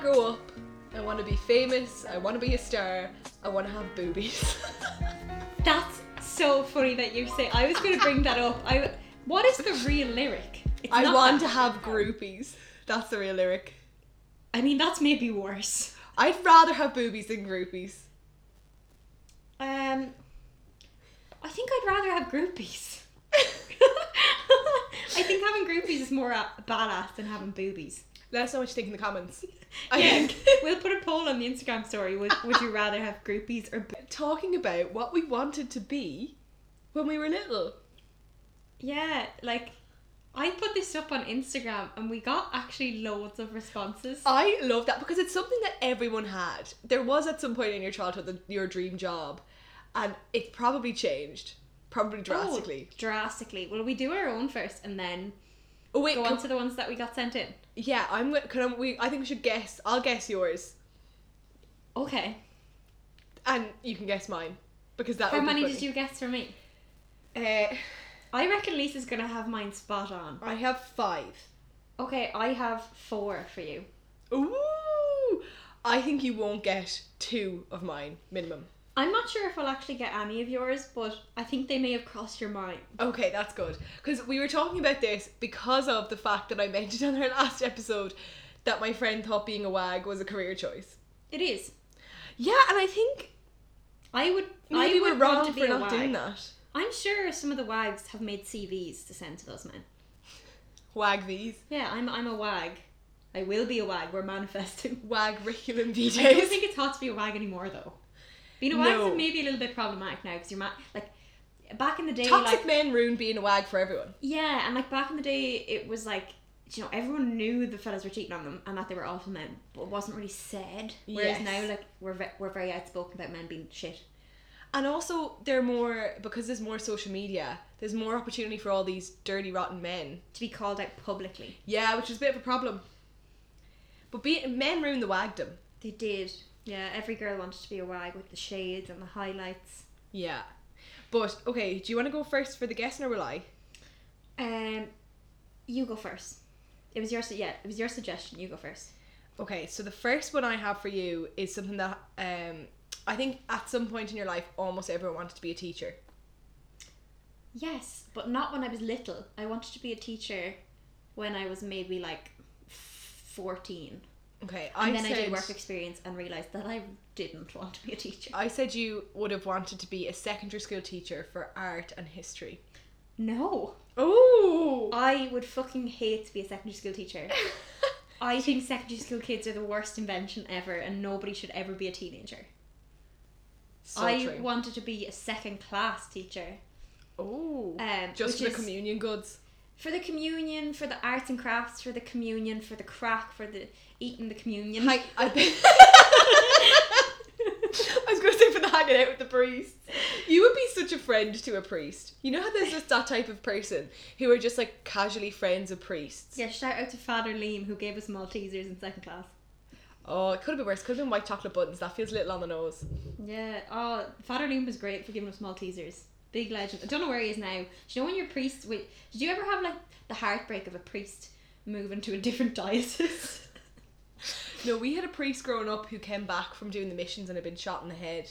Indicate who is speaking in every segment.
Speaker 1: grow up, I want to be famous, I want to be a star, I want to have boobies.
Speaker 2: That's so funny that you say. I was going to bring that up. I what is the real lyric? It's
Speaker 1: I
Speaker 2: not
Speaker 1: want to
Speaker 2: that-
Speaker 1: have groupies. That's the real lyric.
Speaker 2: I mean, that's maybe worse.
Speaker 1: I'd rather have boobies than groupies.
Speaker 2: Um, I think I'd rather have groupies. I think having groupies is more a- badass than having boobies.
Speaker 1: Let us know what you think in the comments. I
Speaker 2: Yeah,
Speaker 1: think
Speaker 2: we'll put a poll on the Instagram story. Would Would you rather have groupies or? Bo-
Speaker 1: talking about what we wanted to be when we were little.
Speaker 2: yeah, like I put this up on Instagram and we got actually loads of responses.
Speaker 1: I love that because it's something that everyone had. There was at some point in your childhood the, your dream job, and it probably changed, probably drastically.
Speaker 2: Oh, drastically. Well, we do our own first and then
Speaker 1: Oh, wait,
Speaker 2: go
Speaker 1: can-
Speaker 2: on to the ones that we got sent in.
Speaker 1: yeah, I'm. gonna- Can I, we? I think we should guess. I'll guess yours,
Speaker 2: Okay.
Speaker 1: and you can guess mine because that.
Speaker 2: How
Speaker 1: would
Speaker 2: many
Speaker 1: be
Speaker 2: did you guess for me?
Speaker 1: you? Uh,
Speaker 2: I reckon Lisa's gonna have mine spot on.
Speaker 1: I have five.
Speaker 2: Okay, I have four for you.
Speaker 1: Ooh, I think you won't get two of mine minimum.
Speaker 2: I'm not sure if I'll actually get any of yours, but I think they may have crossed your mind.
Speaker 1: Okay, that's good. Because we were talking about this because of the fact that I mentioned on our last episode that my friend thought being a wag was a career choice.
Speaker 2: It is.
Speaker 1: Yeah, and I think
Speaker 2: I would.
Speaker 1: maybe
Speaker 2: I would
Speaker 1: we're wrong
Speaker 2: want to
Speaker 1: for
Speaker 2: be a
Speaker 1: not
Speaker 2: wag.
Speaker 1: doing that.
Speaker 2: I'm sure some of the wags have made CVs to send to those men.
Speaker 1: Wag these.
Speaker 2: Yeah, I'm. I'm a wag. I will be a wag. We're manifesting.
Speaker 1: Wag curriculum
Speaker 2: I don't
Speaker 1: VJs.
Speaker 2: think it's hard to be a wag anymore, though. Being a wag
Speaker 1: No.
Speaker 2: is maybe a little bit problematic now because you're ma- like back in the day,
Speaker 1: Toxic
Speaker 2: like
Speaker 1: men ruin being a wag for everyone.
Speaker 2: yeah, and like back in the day, it was like you know everyone knew the fellas were cheating on them and that they were awful men, but it wasn't really said. Whereas
Speaker 1: Yes.
Speaker 2: now, like we're ve- we're very outspoken about men being shit.
Speaker 1: And also, they're more, because there's more social media, there's more opportunity for all these dirty, rotten men.
Speaker 2: To be called out publicly,
Speaker 1: Yeah, which is a bit of a problem. But be, men ruin the wagdom.
Speaker 2: they did. Yeah, every girl wanted to be a wag with the shades and the highlights.
Speaker 1: Yeah. But, okay, do you want to go first for the guessing or will I?
Speaker 2: Um, you go first. It was your su- yeah, it was your suggestion. You go first.
Speaker 1: Okay, so the first one I have for you is something that um, I think at some point in your life, almost everyone wanted to be a teacher.
Speaker 2: Yes, but not when I was little. I wanted to be a teacher when I was maybe like 14.
Speaker 1: Okay,
Speaker 2: And
Speaker 1: I
Speaker 2: then
Speaker 1: said
Speaker 2: I did work experience and realised that I didn't want to be a teacher.
Speaker 1: I said you would have wanted to be a secondary school teacher for art and history.
Speaker 2: No.
Speaker 1: Oh,
Speaker 2: I would fucking hate to be a secondary school teacher. I think secondary school kids are the worst invention ever and nobody should ever be a teenager.
Speaker 1: so
Speaker 2: I
Speaker 1: true.
Speaker 2: wanted to be a second class teacher.
Speaker 1: oh,
Speaker 2: Um,
Speaker 1: just for
Speaker 2: which
Speaker 1: the
Speaker 2: is-
Speaker 1: communion goods.
Speaker 2: For the communion, for the arts and crafts, for the communion, for the crack, for the eating the communion.
Speaker 1: Hi, I, be- I was going to say for the hanging out with the priest. You would be such a friend to a priest. You know how there's just that type of person who are just like casually friends of priests.
Speaker 2: Yeah, shout out to Father Liam who gave us Maltesers in second class.
Speaker 1: Oh, it could have been worse. Could have been white chocolate buttons. That feels little on the nose.
Speaker 2: Yeah, oh, Father Liam was great for giving us Maltesers. Big legend. I don't know where he is now. Do you know when your priest? Wait, did you ever have like the heartbreak of a priest moving to a different diocese?
Speaker 1: No, we had a priest growing up who came back from doing the missions and had been shot in the head.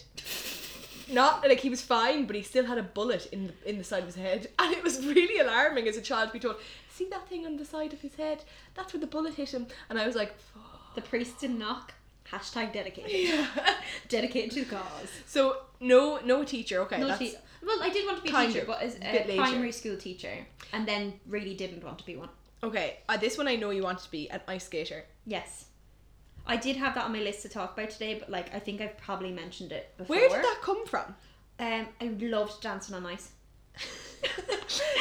Speaker 1: Not like he was fine, but he still had a bullet in the, in the side of his head, and it was really alarming as a child to be told, "See that thing on the side of his head? That's where the bullet hit him." And I was like, "Fuck."
Speaker 2: the priest didn't knock. Hashtag dedicated.
Speaker 1: Yeah.
Speaker 2: Dedicated to the cause.
Speaker 1: So no, no teacher. Okay,
Speaker 2: No
Speaker 1: that's
Speaker 2: te- well, I did want to be a
Speaker 1: Kind
Speaker 2: teacher,
Speaker 1: of.
Speaker 2: but as a
Speaker 1: Bit later.
Speaker 2: primary school teacher, and then really didn't want to be one.
Speaker 1: okay. Uh, this one I know you wanted to be an ice skater.
Speaker 2: Yes. I did have that on my list to talk about today, but like I think I've probably mentioned it before.
Speaker 1: Where did that come from?
Speaker 2: Um, I loved dancing on ice.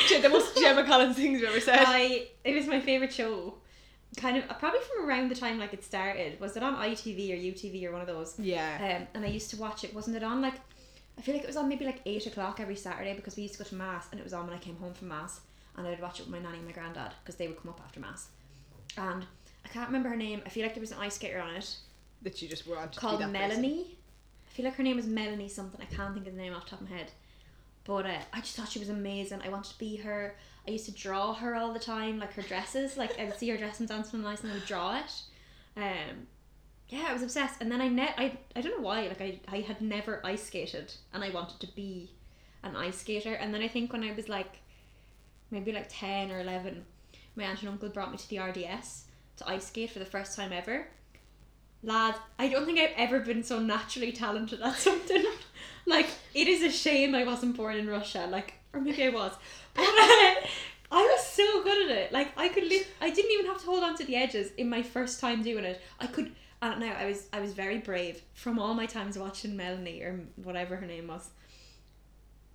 Speaker 1: Shit, the most Gemma Collins things you've ever said.
Speaker 2: I it was my favorite show. Kind of probably from around the time like it started. Was it on ITV or UTV or one of those?
Speaker 1: yeah.
Speaker 2: Um, and I used to watch it. Wasn't it on like? I feel like it was on maybe like eight o'clock every Saturday because we used to go to mass and it was on when I came home from mass and I would watch it with my nanny and my granddad because they would come up after mass. And I can't remember her name. I feel like there was an ice skater on it
Speaker 1: that you just wanted
Speaker 2: called
Speaker 1: to be that person.
Speaker 2: Melanie. I feel like her name was Melanie something. I can't think of the name off the top of my head. But uh, I just thought she was amazing. I wanted to be her. I used to draw her all the time, like her dresses. Like I would see her dressing dancing on ice and I would draw it. Um, yeah, I was obsessed. And then I ne- I I don't know why. Like I I had never ice skated, and I wanted to be an ice skater. And then I think when I was like maybe like ten or eleven, my aunt and uncle brought me to the RDS to ice skate for the first time ever. Lad, I don't think I've ever been so naturally talented at something. like it is a shame I wasn't born in Russia. Like or maybe I was, but. uh, I was so good at it. Like I could, lit- I didn't even have to hold on to the edges in my first time doing it. I could. I don't know. I was I was very brave from all my times watching Melanie or whatever her name was.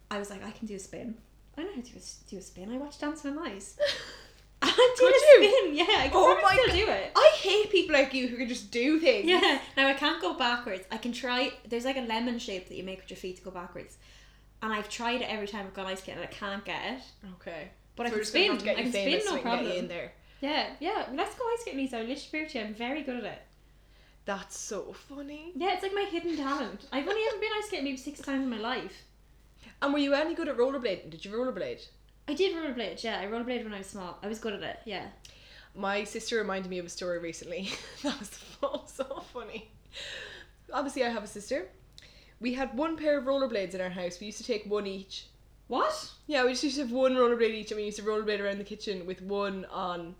Speaker 2: I was like, I can do a spin. I know how to do a, s- do a spin. I watched Dance with My Eyes. And I did
Speaker 1: Could
Speaker 2: a
Speaker 1: you?
Speaker 2: spin. Yeah, I could
Speaker 1: Oh
Speaker 2: probably
Speaker 1: my
Speaker 2: still
Speaker 1: God.
Speaker 2: do it.
Speaker 1: I hate people like you who can just do things.
Speaker 2: Yeah. Now I can't go backwards. I can try. There's like a lemon shape that you make with your feet to go backwards, and I've tried it every time I've gone ice skating and I can't get it.
Speaker 1: Okay.
Speaker 2: But I
Speaker 1: So we're
Speaker 2: can
Speaker 1: just gonna
Speaker 2: spin.
Speaker 1: have to get
Speaker 2: I
Speaker 1: you
Speaker 2: can spin,
Speaker 1: famous so
Speaker 2: no
Speaker 1: we can get you
Speaker 2: problem.
Speaker 1: in there.
Speaker 2: Yeah, yeah. Let's go ice skating, Lisa. I literally swear to you, I'm very good at it.
Speaker 1: That's so funny.
Speaker 2: Yeah, it's like my hidden talent. I've only ever been ice skating maybe six times in my life.
Speaker 1: And were you any good at rollerblading? Did you rollerblade?
Speaker 2: I did rollerblade, yeah. I rollerblade when I was small. I was good at it, yeah.
Speaker 1: My sister reminded me of a story recently. that was so- so funny. Obviously, I have a sister. We had one pair of rollerblades in our house. We used to take one each.
Speaker 2: What?
Speaker 1: Yeah, we just used to have one rollerblade each, and we used to rollerblade around the kitchen with one on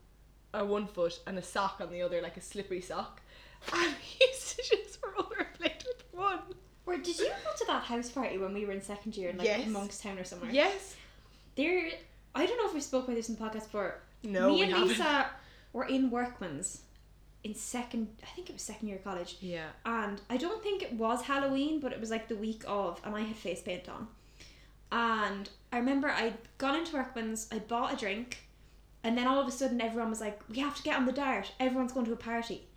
Speaker 1: our one foot and a sock on the other, like a slippery sock. And we used to just rollerblade with one.
Speaker 2: Where did you go to that house party when we were in second year, in like
Speaker 1: Yes.
Speaker 2: Monkstown or somewhere?
Speaker 1: Yes.
Speaker 2: There, I don't know if we spoke about this in the podcast before.
Speaker 1: No.
Speaker 2: Me
Speaker 1: we
Speaker 2: and
Speaker 1: haven't.
Speaker 2: Lisa were in Workman's in second, I think it was second year of college.
Speaker 1: Yeah.
Speaker 2: and I don't think it was Halloween, but it was like the week of, and I had face paint on. And I remember I'd gone into Workman's, I bought a drink, and then all of a sudden everyone was like, We have to get on the dart, everyone's going to a party.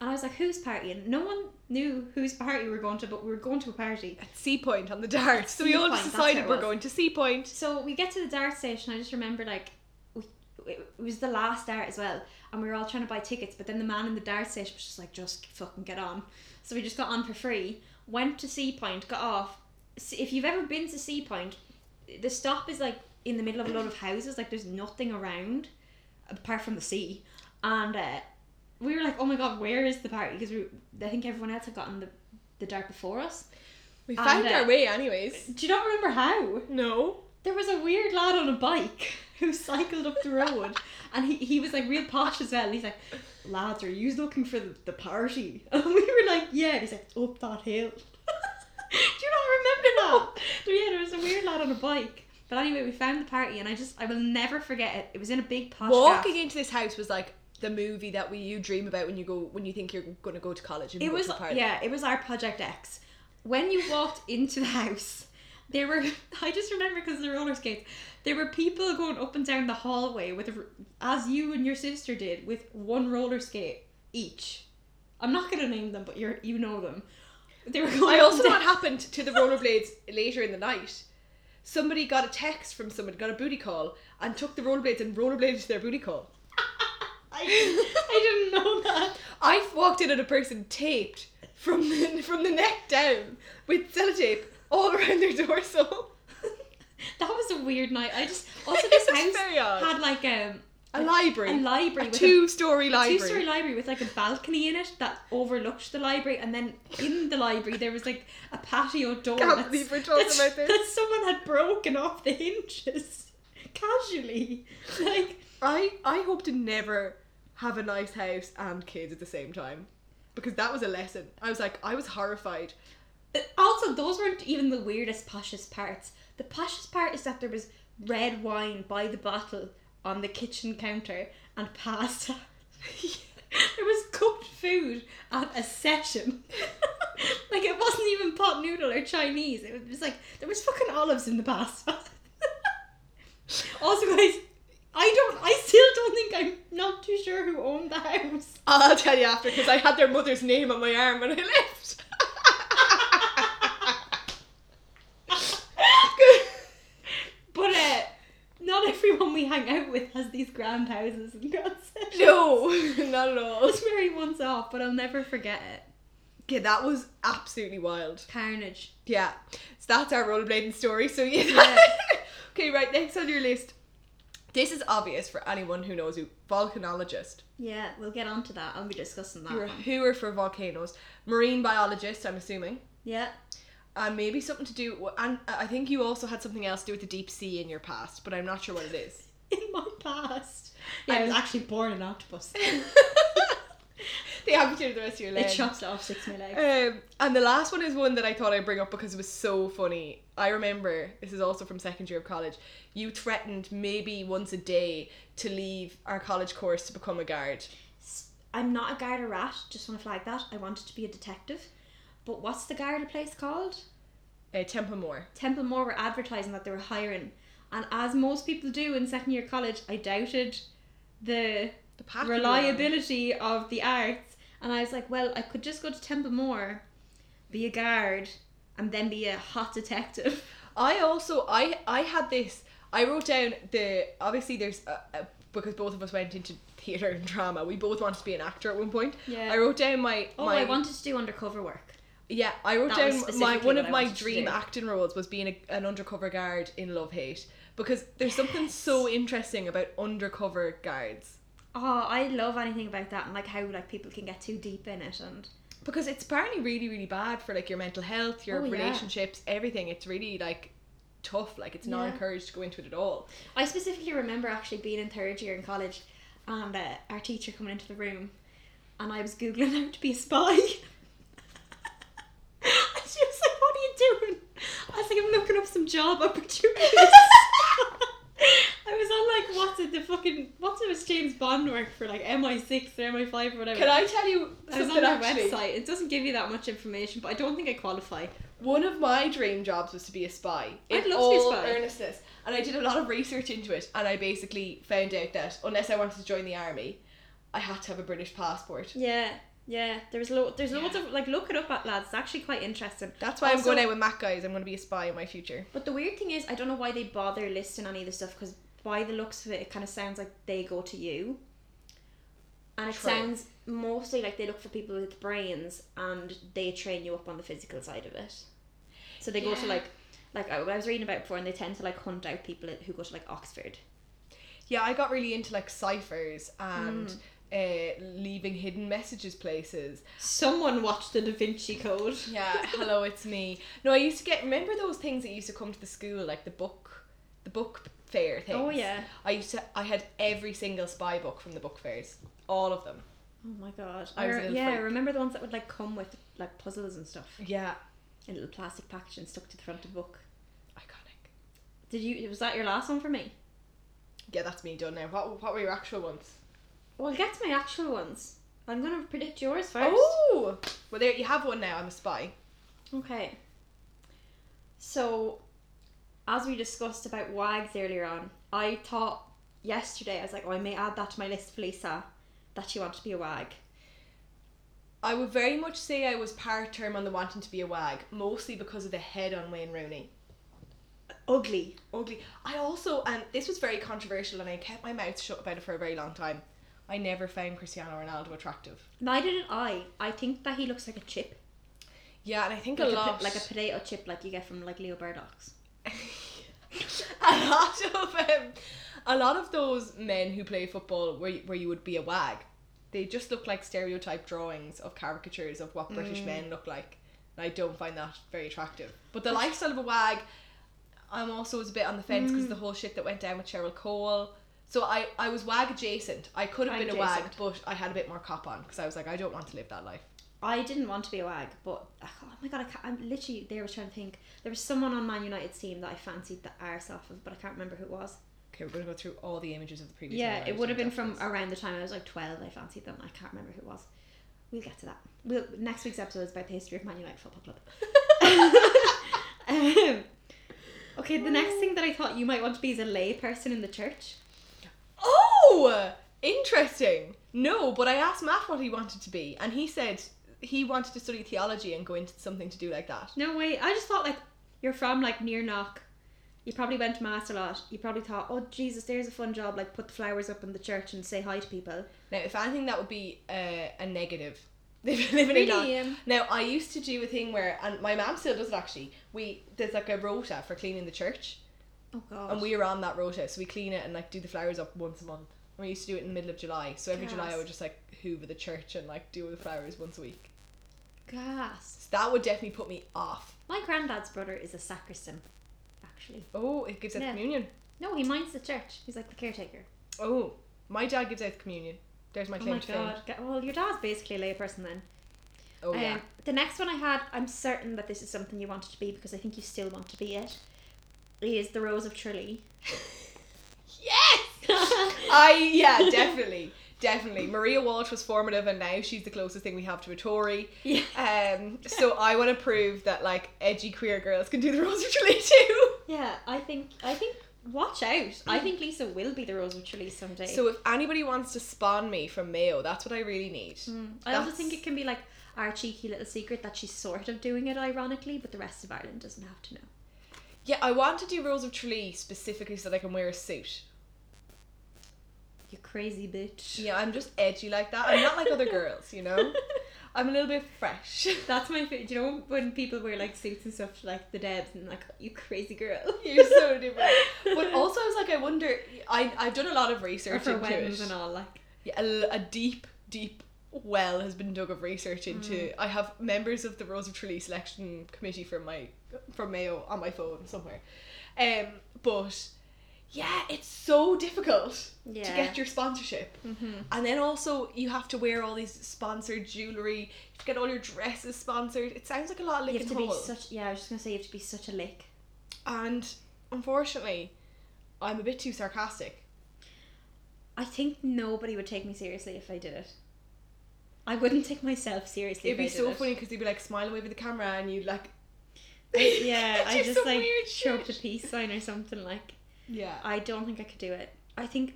Speaker 2: And I was like, Who's partying? No one knew whose party we were going to, but we were going to a party.
Speaker 1: At Sea Point on the dart. So we
Speaker 2: Sea
Speaker 1: all
Speaker 2: Point,
Speaker 1: just
Speaker 2: that's what
Speaker 1: decided
Speaker 2: it
Speaker 1: we're
Speaker 2: was.
Speaker 1: going to Sea Point.
Speaker 2: So we get to the dart station. I just remember like we, it was the last dart as well, and we were all trying to buy tickets. But then the man in the dart station was just like, "Just fucking get on." So we just got on for free. Went to Sea Point, got off. S- If you've ever been to Sea Point, the stop is like in the middle of a lot of houses. Like there's nothing around apart from the sea, and uh, we were like, "Oh my god, where is the party?" Because we, I think everyone else had gotten the the dart before us.
Speaker 1: We
Speaker 2: And,
Speaker 1: found
Speaker 2: uh,
Speaker 1: our way, anyways.
Speaker 2: Do you not remember how?
Speaker 1: No.
Speaker 2: there was a weird lad on a bike who cycled up the road and he, he was like real posh as well and he's like lads are you looking for the, the party and we were like yeah and he's like up that hill do you not remember that But yeah there was a weird lad on a bike but anyway we found the party and I just I will never forget it it was in a big posh
Speaker 1: Walking into this house was like the movie that we you dream about when you go when you think you're going to go to college and
Speaker 2: It
Speaker 1: go
Speaker 2: was
Speaker 1: to a party.
Speaker 2: yeah, it was our Project X. When you walked into the house, there were I just remember because of the roller skates, there were people going up and down the hallway with a r as you and your sister did with one roller skate each. I'm not gonna name them, but you're you know them. They were going
Speaker 1: I
Speaker 2: up
Speaker 1: also
Speaker 2: and
Speaker 1: know
Speaker 2: down-
Speaker 1: what happened to the rollerblades later in the night. Somebody got a text from someone, got a booty call, and took the rollerblades and rollerbladed to their booty call.
Speaker 2: I, I didn't know that.
Speaker 1: I walked in on a person taped from the, from the neck down with sellotape all around their torso.
Speaker 2: that was a weird night. I just also this
Speaker 1: It was
Speaker 2: house
Speaker 1: very odd.
Speaker 2: had like um
Speaker 1: A library,
Speaker 2: a library
Speaker 1: a
Speaker 2: with a-
Speaker 1: two-story library.
Speaker 2: two-story library with like a balcony in it that overlooked the library, and then in the library there was like a patio door.
Speaker 1: Can't
Speaker 2: that's-
Speaker 1: believe we're talking
Speaker 2: that's-
Speaker 1: about this.
Speaker 2: That someone had broken off the hinges casually. Like
Speaker 1: I I hope to never have a nice house and kids at the same time because that was a lesson. I was like I was horrified.
Speaker 2: also, those weren't even the weirdest poshest parts. The poshest part is that there was red wine by the bottle on the kitchen counter and pasta. there was cooked food at a session. like it wasn't even pot noodle or Chinese. It was like there was fucking olives in the pasta. also, guys, I don't. I still don't think I'm not too sure who owned the house.
Speaker 1: I'll tell you after because I had their mother's name on my arm when I left.
Speaker 2: But uh, not everyone we hang out with has these grand houses and grand sessions.
Speaker 1: no, not at all.
Speaker 2: That's where he once off, but I'll never forget it.
Speaker 1: Yeah, that was absolutely wild.
Speaker 2: Carnage.
Speaker 1: Yeah, so that's our rollerblading story. So yeah.
Speaker 2: Yeah.
Speaker 1: okay, right next on your list This is obvious for anyone who knows you. Volcanologist.
Speaker 2: Yeah, we'll get onto that. I'll be discussing that.
Speaker 1: You're a
Speaker 2: one.
Speaker 1: hooer for volcanoes. Marine biologist, I'm assuming.
Speaker 2: Yeah,
Speaker 1: And Uh, maybe something to do. And uh, I think you also had something else to do with the deep sea in your past, but I'm not sure what it is.
Speaker 2: in my past. Yeah, I was
Speaker 1: And-
Speaker 2: actually born an octopus.
Speaker 1: they amputated the rest of your
Speaker 2: it
Speaker 1: leg.
Speaker 2: chopped off six of my legs.
Speaker 1: Um, and the last one is one that I thought I'd bring up because it was so funny. I remember, this is also from second year of college, you threatened maybe once a day to leave our college course to become a guard.
Speaker 2: S- I'm not a guard or rat. Just want to flag that. I wanted to be a detective. But what's the guard place called?
Speaker 1: Uh, Templemore.
Speaker 2: Templemore were advertising that they were hiring, and as most people do in second year college, I doubted the
Speaker 1: The path you were on.
Speaker 2: reliability of the arts, and I was like, well, I could just go to Templemore, be a guard, and then be a hot detective.
Speaker 1: I also I I had this. I wrote down the obviously there's uh uh because both of us went into theater and drama. We both wanted to be an actor at one point.
Speaker 2: Yeah.
Speaker 1: I wrote down my
Speaker 2: Oh,
Speaker 1: my
Speaker 2: I wanted to do undercover work.
Speaker 1: yeah. I wrote
Speaker 2: That was
Speaker 1: down my
Speaker 2: specifically
Speaker 1: one of
Speaker 2: what I
Speaker 1: my
Speaker 2: wanted to
Speaker 1: dream
Speaker 2: do.
Speaker 1: acting roles was being a, an undercover guard in Love Hate because there's something so interesting about undercover guards
Speaker 2: Oh, I love anything about that, and like how like people can get too deep in it, and
Speaker 1: because it's apparently really really bad for like your mental health, your
Speaker 2: Oh, yeah.
Speaker 1: relationships, everything. It's really like tough. Like it's not
Speaker 2: Yeah.
Speaker 1: encouraged to go into it at all.
Speaker 2: I specifically remember actually being in third year in college, and uh, our teacher coming into the room, and I was googling how to be a spy. and she was like, "What are you doing?" I was like, "I'm looking up some job opportunities." I was on like, what's it? The fucking what's it? Was James Bond work for like MI six or MI five or whatever?
Speaker 1: Can I tell you
Speaker 2: I was
Speaker 1: something
Speaker 2: on their
Speaker 1: actually?
Speaker 2: website. It doesn't give you that much information, but I don't think I qualify.
Speaker 1: One of my dream jobs was to be a spy. In
Speaker 2: I'd love to
Speaker 1: all
Speaker 2: be a spy.
Speaker 1: earnestness. And I did a lot of research into it and I basically found out that unless I wanted to join the army, I had to have a British passport.
Speaker 2: Yeah, yeah. There's lo- there's loads of like look it up at lads. It's actually quite interesting.
Speaker 1: That's why I'm
Speaker 2: Also-
Speaker 1: going out with Matt guys. I'm going to be a spy in my future.
Speaker 2: But the weird thing is, I don't know why they bother listing any of this stuff because by the looks of it, it kind of sounds like they go to you. And it
Speaker 1: True.
Speaker 2: sounds mostly like they look for people with brains and they train you up on the physical side of it. So they go to
Speaker 1: Yeah.
Speaker 2: like, like I I was reading about it before, and they tend to like hunt out people who go to like Oxford.
Speaker 1: Yeah, I got really into like ciphers and uh, leaving hidden messages places.
Speaker 2: Someone watched the Da Vinci Code.
Speaker 1: Yeah, hello, it's me. No, I used to get remember those things that used to come to the school like the book, the book fair things.
Speaker 2: Oh yeah.
Speaker 1: I used to. I had every single spy book from the book fairs, all of them.
Speaker 2: Oh my god.
Speaker 1: I was a
Speaker 2: Or-
Speaker 1: little
Speaker 2: yeah,
Speaker 1: freak.
Speaker 2: remember the ones that would like come with like puzzles and stuff
Speaker 1: Yeah,
Speaker 2: in little plastic packaging stuck to the front of the book.
Speaker 1: iconic.
Speaker 2: Did you? Was that your last one for me?
Speaker 1: Yeah, that's me done now. What what were your actual ones?
Speaker 2: Well, get to my actual ones. I'm gonna predict yours first.
Speaker 1: Oh, well there you have one now. I'm a spy.
Speaker 2: Okay. So, as we discussed about WAGs earlier on, I thought yesterday I was like, oh, I may add that to my list for Lisa, that she wanted to be a WAG.
Speaker 1: I would very much say I was part term on the wanting to be a wag, mostly because of the head on Wayne Rooney.
Speaker 2: Ugly.
Speaker 1: Ugly. I also, and this was very controversial, and I kept my mouth shut about it for a very long time. I never found Cristiano Ronaldo attractive.
Speaker 2: Neither did I. I think that he looks like a chip,
Speaker 1: Yeah, and I think
Speaker 2: like
Speaker 1: a
Speaker 2: po-
Speaker 1: lot,
Speaker 2: like a potato chip, like you get from like Leo Burdocks.
Speaker 1: a lot of um, a lot of those men who play football where, where you would be a wag they just look like stereotype drawings of caricatures of what
Speaker 2: Mm.
Speaker 1: british men look like and i don't find that very attractive but the lifestyle of a wag i'm also was a bit on the fence
Speaker 2: Mm.
Speaker 1: because the whole shit that went down with cheryl cole so I, I was wag adjacent. I could have
Speaker 2: Wag
Speaker 1: been a wag,
Speaker 2: adjacent.
Speaker 1: but I had a bit more cop on because I was like, I don't want to live that life.
Speaker 2: I didn't want to be a wag, but oh my god, I can't, I'm literally there. Was trying to think. There was someone on Man United's team that I fancied the arse off of, but I can't remember who it was.
Speaker 1: Okay, we're gonna go through all the images of the previous. Man
Speaker 2: Yeah, it
Speaker 1: United
Speaker 2: would have been from
Speaker 1: documents.
Speaker 2: around the time I was like 12, I fancied them. I can't remember who it was. We'll get to that. We'll, next week's episode is about the history of Man United Football Club. um, okay, the next thing that I thought you might want to be is a lay person in the church.
Speaker 1: Oh, interesting. No, but I asked Matt what he wanted to be, and he said he wanted to study theology and go into something to do like that.
Speaker 2: No way. I just thought, like, you're from like near Knock. You probably went to Mass a lot. You probably thought, oh, Jesus, there's a fun job. Like, put the flowers up in the church and say hi to people.
Speaker 1: Now, if anything, that would be uh, a negative. Living
Speaker 2: Really,
Speaker 1: in Ireland.
Speaker 2: um,
Speaker 1: Now, I used to do a thing where, and my mum still does it actually. We there's like a rota for cleaning the church,
Speaker 2: Oh god.
Speaker 1: and we were on that rota, so we clean it and like do the flowers up once a month. And we used to do it in the middle of July, so every July I
Speaker 2: Gas.
Speaker 1: would just like hoover the church and like do the flowers once a week.
Speaker 2: gas.
Speaker 1: So that would definitely put me off.
Speaker 2: My granddad's brother is a sacristan, actually.
Speaker 1: Oh, it gives out
Speaker 2: Yeah.
Speaker 1: communion.
Speaker 2: No, he minds the church. He's like the caretaker.
Speaker 1: Oh, my dad gives out communion. There's my
Speaker 2: Oh
Speaker 1: claim
Speaker 2: my
Speaker 1: to fame.
Speaker 2: god. Ga- Well, your dad's basically a layperson then.
Speaker 1: Oh yeah.
Speaker 2: Um, the next one I had, I'm certain that this is something you wanted to be because I think you still want to be it. Is the Rose of Tralee.
Speaker 1: Yes. I yeah definitely definitely Maria Walsh was formative and now she's the closest thing we have to a Tory.
Speaker 2: Yeah.
Speaker 1: Um, so I want to prove that like edgy queer girls can do the Rose of Tralee too.
Speaker 2: Yeah, I think I think watch out. I think Lisa will be the Rose of Tralee someday.
Speaker 1: Mm. So if anybody wants to spawn me from Mayo, that's what I really need.
Speaker 2: Mm. I also
Speaker 1: That's-
Speaker 2: think it can be like our cheeky little secret that she's sort of doing it ironically, but the rest of Ireland doesn't have to know.
Speaker 1: Yeah, I want to do Rose of Tralee specifically so that I can wear a suit.
Speaker 2: You crazy bitch.
Speaker 1: Yeah, I'm just edgy like that. I'm not like other girls, you know. I'm a little bit fresh.
Speaker 2: That's my favorite. You know when people wear like suits and stuff, like the Debs, and like you crazy girl.
Speaker 1: You're so different. But also, I was like, I wonder. I I've done a lot of
Speaker 2: Or
Speaker 1: research
Speaker 2: for
Speaker 1: into
Speaker 2: weddings
Speaker 1: it.
Speaker 2: and all, like
Speaker 1: Yeah, a, l- a deep, deep well has been dug of research into.
Speaker 2: Mm.
Speaker 1: I have members of the Rose of Tralee selection committee from my from Mayo on my phone somewhere, um. But yeah, it's so difficult to
Speaker 2: Yeah. Mm-hmm.
Speaker 1: get your sponsorship, and then also you have to wear all these sponsored jewelry. You have to get all your dresses sponsored. It sounds like a lot of
Speaker 2: you
Speaker 1: licking
Speaker 2: have to be
Speaker 1: hole.
Speaker 2: such. Yeah, I was just gonna say you have to be such a lick.
Speaker 1: and unfortunately, I'm a bit too sarcastic.
Speaker 2: I think nobody would take me seriously if I did it. I wouldn't take myself seriously.
Speaker 1: It'd be
Speaker 2: if I did
Speaker 1: so
Speaker 2: it.
Speaker 1: funny because they'd be like smiling away with the camera, and you'd like
Speaker 2: Yeah, I
Speaker 1: Do
Speaker 2: just
Speaker 1: some
Speaker 2: like
Speaker 1: weird
Speaker 2: choked a
Speaker 1: shit.
Speaker 2: peace sign or something like.
Speaker 1: yeah.
Speaker 2: I don't think I could do it. I think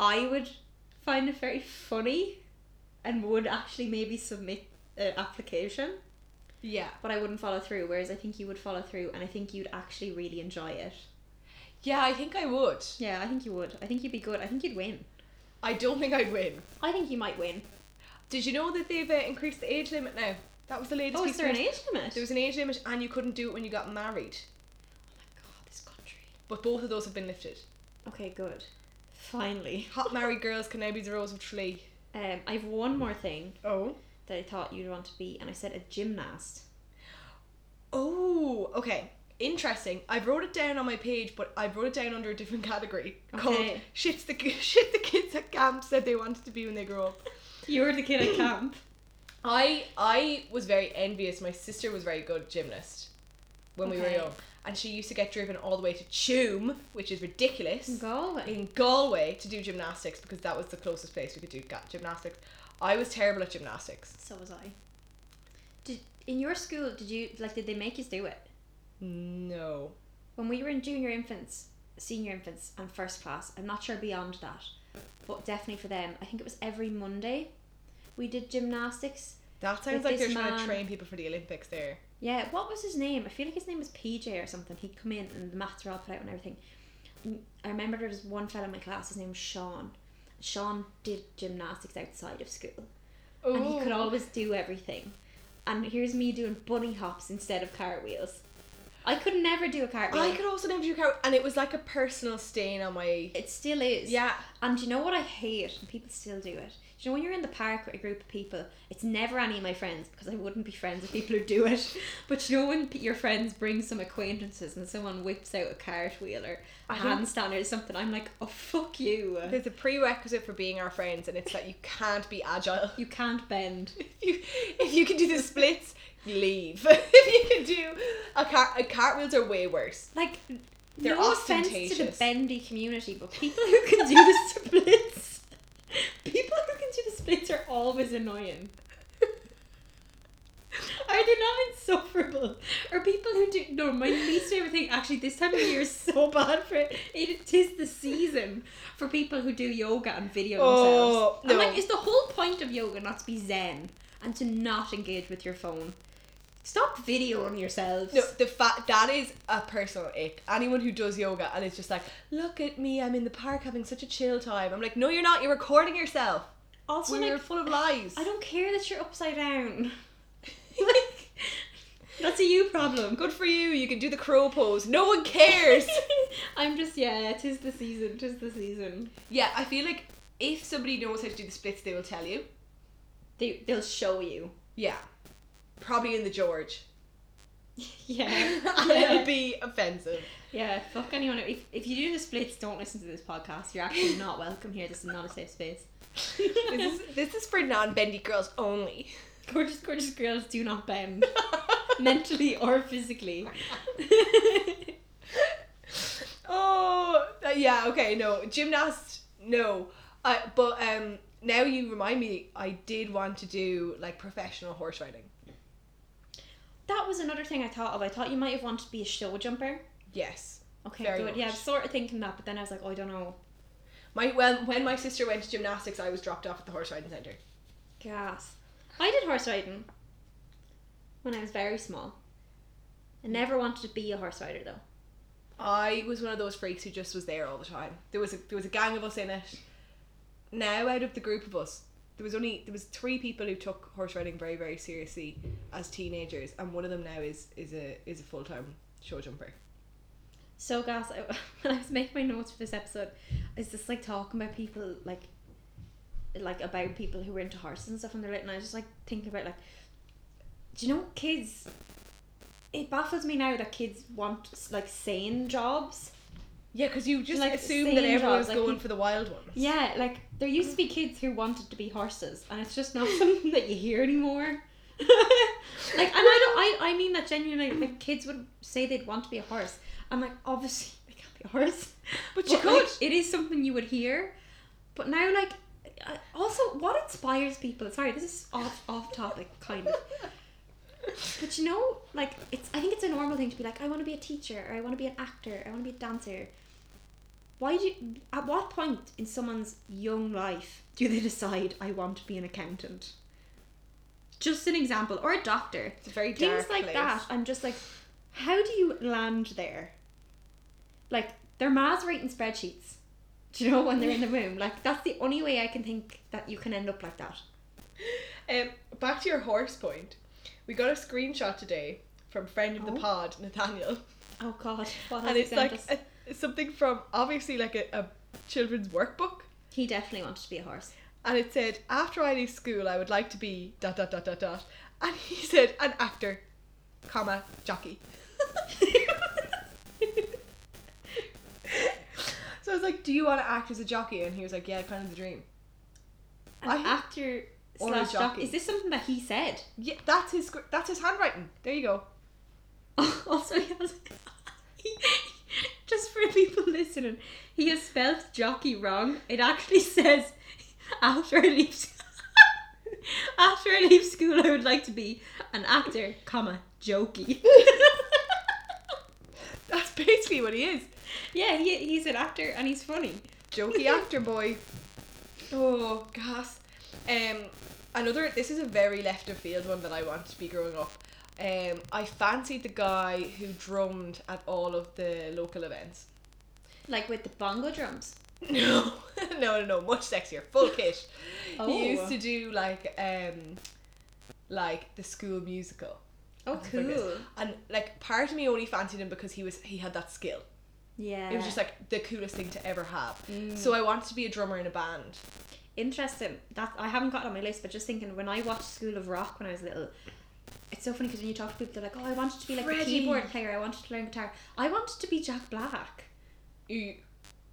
Speaker 2: I would find it very funny and would actually maybe submit an application,
Speaker 1: Yeah.
Speaker 2: but I wouldn't follow through. Whereas I think you would follow through and I think you'd actually really enjoy it.
Speaker 1: Yeah, I think I would.
Speaker 2: Yeah, I think you would. I think you'd be good. I think you'd win.
Speaker 1: I don't think I'd win.
Speaker 2: I think you might win.
Speaker 1: Did you know that they've uh, increased the age limit now? That was the latest
Speaker 2: Oh,
Speaker 1: piece.
Speaker 2: is there
Speaker 1: of
Speaker 2: an
Speaker 1: news.
Speaker 2: age limit?
Speaker 1: There was an age limit, and you couldn't do it when you got married.
Speaker 2: Oh my god, this country.
Speaker 1: But both of those have been lifted.
Speaker 2: Okay, good. Finally.
Speaker 1: Hot married girls can now be the Rose of Tralee.
Speaker 2: Um, I have one more thing
Speaker 1: Oh.
Speaker 2: that I thought you'd want to be, and I said a gymnast.
Speaker 1: Oh. Okay. Interesting. I wrote it down on my page, but I wrote it down under a different category called
Speaker 2: Okay.
Speaker 1: "shits the ki- shit the kids at camp said they wanted to be when they grow up."
Speaker 2: You were the kid at camp.
Speaker 1: I I was very envious. My sister was very good gymnast when we were
Speaker 2: Okay.
Speaker 1: young, and she used to get driven all the way to Tuam, which is ridiculous,
Speaker 2: Galway.
Speaker 1: in Galway to do gymnastics because that was the closest place we could do ga- gymnastics. I was terrible at gymnastics.
Speaker 2: So was I. Did in your school did you like did they make us do it?
Speaker 1: No.
Speaker 2: When we were in junior infants, senior infants and first class, I'm not sure beyond that. But definitely for them, I think it was every Monday we did gymnastics.
Speaker 1: That sounds
Speaker 2: With
Speaker 1: like they're
Speaker 2: this
Speaker 1: trying to
Speaker 2: man-
Speaker 1: train people for the Olympics there.
Speaker 2: Yeah, what was his name? I feel like his name was PJ or something. He'd come in and the maths were all put out and everything. Mm, I remember there was one fellow in my class, his name was Sean. Sean did gymnastics outside of school.
Speaker 1: Oh,
Speaker 2: and he could always do everything. And here's me doing bunny hops instead of cartwheels. I could never do a cartwheel.
Speaker 1: I could also never do cartwheels, and it was like a personal stain on my.
Speaker 2: It still is.
Speaker 1: Yeah.
Speaker 2: And you know what I hate? And people still do it. Do you know when you're in the park with a group of people, it's never any of my friends because I wouldn't be friends with people who do it. But you know when p- your friends bring some acquaintances and someone whips out a cartwheel or a
Speaker 1: I don't-
Speaker 2: handstand or something, I'm like, oh fuck you.
Speaker 1: There's a prerequisite for being our friends, and it's that you can't be agile.
Speaker 2: You can't bend.
Speaker 1: you, if you can do the splits, leave. if you can do a car, a cartwheels are way worse.
Speaker 2: Like,
Speaker 1: They're
Speaker 2: no offense to the
Speaker 1: ostentatious.
Speaker 2: bendy community, but people who can do the splits, people who can do the splits are always annoying. Are they not insufferable? Or people who do no, my least favorite thing actually this time of year is so bad for it. It is the season for people who do yoga and video
Speaker 1: Oh,
Speaker 2: themselves. I'm
Speaker 1: no.
Speaker 2: like, is the whole point of yoga not to be zen and to not engage with your phone? Stop videoing yourselves.
Speaker 1: No, the fact that is a personal ick. Anyone who does yoga and is just like, look at me, I'm in the park having such a chill time. I'm like, no, you're not. You're recording yourself.
Speaker 2: also,
Speaker 1: When
Speaker 2: like,
Speaker 1: you're full of lies.
Speaker 2: I don't care that you're upside down. like, that's a you problem.
Speaker 1: Good for you. You can do the crow pose. No one cares.
Speaker 2: I'm just yeah. Tis the season. Tis the season.
Speaker 1: yeah, I feel like if somebody knows how to do the splits, they will tell you.
Speaker 2: They they'll show you.
Speaker 1: Yeah, probably in the George.
Speaker 2: Yeah.
Speaker 1: It'll be offensive.
Speaker 2: Yeah, fuck anyone. If, if you do the splits, don't listen to this podcast. You're actually not welcome here. This is not a safe space.
Speaker 1: This is, this is for non-bendy girls only.
Speaker 2: gorgeous, gorgeous girls do not bend, mentally or physically.
Speaker 1: oh uh, yeah okay no gymnast no I, but um now you remind me i did want to do like professional horse riding
Speaker 2: that was another thing I thought of. I thought you might have wanted to be a show jumper.
Speaker 1: yes
Speaker 2: Okay,
Speaker 1: Very
Speaker 2: good. Yeah, I
Speaker 1: much.
Speaker 2: was sort of thinking that, but then I was like, oh, I don't know.
Speaker 1: my well when my sister went to gymnastics i was dropped off at the horse riding center
Speaker 2: Gas. I did horse riding when I was very small. I never wanted to be a horse rider though.
Speaker 1: i was one of those freaks who just was there all the time there was a there was a gang of us in it now out of the group of us there was only there was three people who took horse riding very very seriously as teenagers and one of them now is is a is a full-time show jumper
Speaker 2: So, guys, I, when I was making my notes for this episode, I was just like talking about people, like, like about people who were into horses and stuff, and they're like, and I was just like thinking about like, do you know kids? It baffles me now that kids want like sane jobs.
Speaker 1: Yeah, because you just
Speaker 2: Like,
Speaker 1: assume that
Speaker 2: same
Speaker 1: everyone's
Speaker 2: jobs, like,
Speaker 1: going
Speaker 2: peop-
Speaker 1: for the wild one.
Speaker 2: Yeah, like there used to be kids who wanted to be horses, and it's just not something that you hear anymore. like, and I don't, I, I mean that genuinely. Like, kids would say they'd want to be a horse. I'm like, obviously, they can't be a horse.
Speaker 1: But you
Speaker 2: like,
Speaker 1: could.
Speaker 2: it is something you would hear. But now, like, I- also, what inspires people? Sorry, this is off off topic, kind of. But you know, like, it's. I think it's a normal thing to be like, I want to be a teacher, or I want to be an actor, I want to be a dancer. Why do? You, at what point in someone's young life do they decide I want to be an accountant? Just an example, or a doctor.
Speaker 1: It's a very
Speaker 2: Things
Speaker 1: dark
Speaker 2: like
Speaker 1: place.
Speaker 2: that. I'm just like, how do you land there? Like their ma's writing spreadsheets. Do you know when they're in the room? Like that's the only way I can think that you can end up like that.
Speaker 1: Um, back to your horse point. We got a screenshot today from friend of the
Speaker 2: Oh.
Speaker 1: pod, Nathaniel,
Speaker 2: Oh God! What has
Speaker 1: and
Speaker 2: he
Speaker 1: it's like
Speaker 2: sent us?
Speaker 1: a, something from obviously like a, a children's workbook,
Speaker 2: He definitely wanted to be a horse.
Speaker 1: and it said, "After I leave school, I would like to be dot dot dot dot dot," and he said, "An actor, comma jockey." So I was like, "Do you want to act as a jockey?" And he was like, "Yeah, kind of the dream."
Speaker 2: An
Speaker 1: I-
Speaker 2: actor
Speaker 1: or a
Speaker 2: slash jockey.
Speaker 1: jockey.
Speaker 2: Is this something that he said?
Speaker 1: Yeah, that's his scr- that's his handwriting. There you go.
Speaker 2: also, he has. he- just for people listening, he has spelled jockey wrong. It actually says after I leave. after I leave school, I would like to be an actor, comma jokey.
Speaker 1: That's basically what he is.
Speaker 2: yeah, he, he's an actor and he's funny.
Speaker 1: jokey actor boy. Oh, gas. Um, another. This is a very left of field one that I wanted to be growing up. Um, I fancied the guy who drummed at all of the local events.
Speaker 2: Like with the bongo drums.
Speaker 1: No, no, no, no. Much sexier. Full kit.
Speaker 2: Oh.
Speaker 1: He used to do like um, like the school musical.
Speaker 2: Oh,
Speaker 1: Stuff like this.
Speaker 2: cool.
Speaker 1: And like part of me only fancied him because he was he had that skill.
Speaker 2: Yeah.
Speaker 1: It was just like the coolest thing to ever have.
Speaker 2: Mm.
Speaker 1: So I wanted to be a drummer in a band.
Speaker 2: Interesting. That I haven't got it on my list, but just thinking when I watched School of Rock when I was little, it's so funny because when you talk to people, they're like, "Oh, I wanted to be like a
Speaker 1: Freddie.
Speaker 2: keyboard player. I wanted to learn guitar. I wanted to be Jack Black.
Speaker 1: You,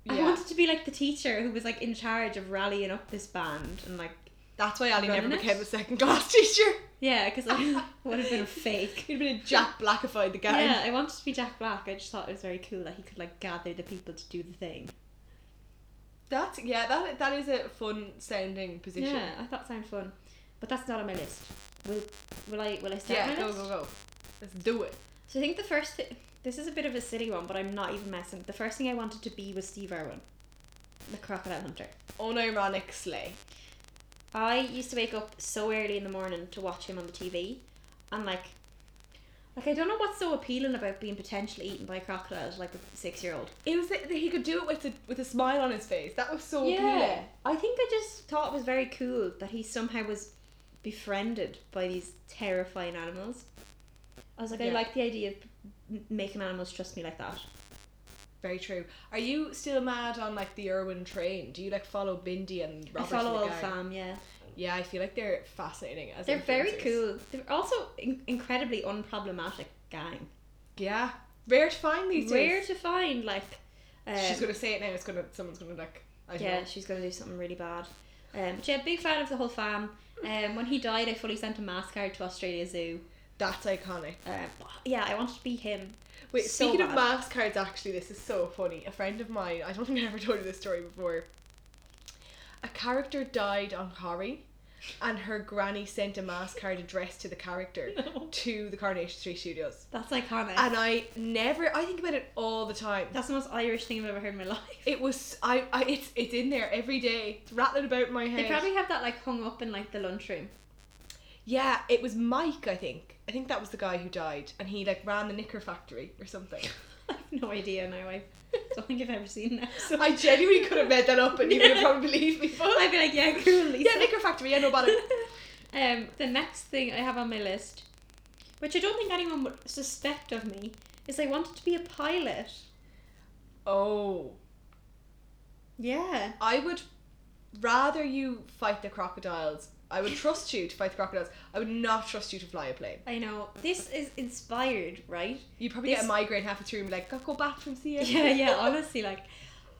Speaker 2: I wanted to be like the teacher who was like in charge of rallying up this band and like
Speaker 1: That's why Ali never
Speaker 2: Running it?
Speaker 1: became a second class teacher.
Speaker 2: yeah, because I would have been a fake.
Speaker 1: He'd been a Jack Blackified the guy.
Speaker 2: Yeah, I wanted to be Jack Black. I just thought it was very cool that he could like gather the people to do the thing.
Speaker 1: That's yeah, that that is a fun sounding position.
Speaker 2: Yeah, I thought it sounded fun, but that's not on my list. Will will I will I start
Speaker 1: Yeah,
Speaker 2: my
Speaker 1: go
Speaker 2: list?
Speaker 1: go go. Let's do it.
Speaker 2: So I think the first thing, this is a bit of a silly one, but I'm not even messing. The first thing I wanted to be was Steve Irwin, the crocodile hunter.
Speaker 1: Unironic sleigh.
Speaker 2: I used to wake up so early in the morning to watch him on the TV, and like, like I don't know what's so appealing about being potentially eaten by crocodiles, like a six year old.
Speaker 1: It was that he could do it with a with a smile on his face. That was so appealing.
Speaker 2: I think I just thought it was very cool that he somehow was befriended by these terrifying animals. I was like, I
Speaker 1: Yeah.
Speaker 2: like the idea of m- making animals trust me like that.
Speaker 1: Very true. Are you still mad on like the Irwin train? Do you like follow Bindi and Robert?
Speaker 2: I follow
Speaker 1: and
Speaker 2: all
Speaker 1: the gang?
Speaker 2: fam, yeah.
Speaker 1: Yeah, I feel like they're fascinating. As
Speaker 2: They're very
Speaker 1: influencers.
Speaker 2: cool. They're also in- incredibly unproblematic gang.
Speaker 1: Yeah, rare to find these
Speaker 2: Rare
Speaker 1: days.
Speaker 2: to find, like. Um,
Speaker 1: She's gonna say it now. It's gonna someone's gonna like. I don't
Speaker 2: yeah,
Speaker 1: know.
Speaker 2: she's gonna do something really bad. Um, but yeah, big fan of the whole fam. Um, when he died, I fully sent a mass card to Australia Zoo.
Speaker 1: That's iconic.
Speaker 2: Um, yeah, I wanted to be him.
Speaker 1: Wait,
Speaker 2: So
Speaker 1: speaking of
Speaker 2: bad.
Speaker 1: mask cards, actually, this is so funny. A friend of mine, I don't think I ever told you this story before. A character died on Hari, and her granny sent a mask card addressed to the character
Speaker 2: No.
Speaker 1: to the Carnation Street Studios.
Speaker 2: That's iconic.
Speaker 1: And I never, I think about it all the time.
Speaker 2: That's the most Irish thing I've ever heard in my life.
Speaker 1: It was, I, I it's, it's in there every day. It's rattling about my head.
Speaker 2: They probably have that like hung up in like the lunchroom.
Speaker 1: Yeah, it was Mike, I think. I think that was the guy who died, and he like ran the knicker factory or something.
Speaker 2: I have no idea now. I don't think I've ever seen that. So
Speaker 1: I genuinely could have made that up, and you would have probably believed me. But
Speaker 2: I'd be like, yeah, cool, Lisa.
Speaker 1: yeah, knicker factory. Yeah, no bother.
Speaker 2: um, the next thing I have on my list, which I don't think anyone would suspect of me, is I wanted to be a pilot.
Speaker 1: Oh,
Speaker 2: Yeah.
Speaker 1: I would rather you fight the crocodiles. I would trust you to fight the crocodiles. I would not trust you to fly a plane.
Speaker 2: I know. This is inspired, right?
Speaker 1: You'd probably get
Speaker 2: This-
Speaker 1: a migraine half the through and be like, "Gotta go back from sea."
Speaker 2: yeah, yeah, honestly, like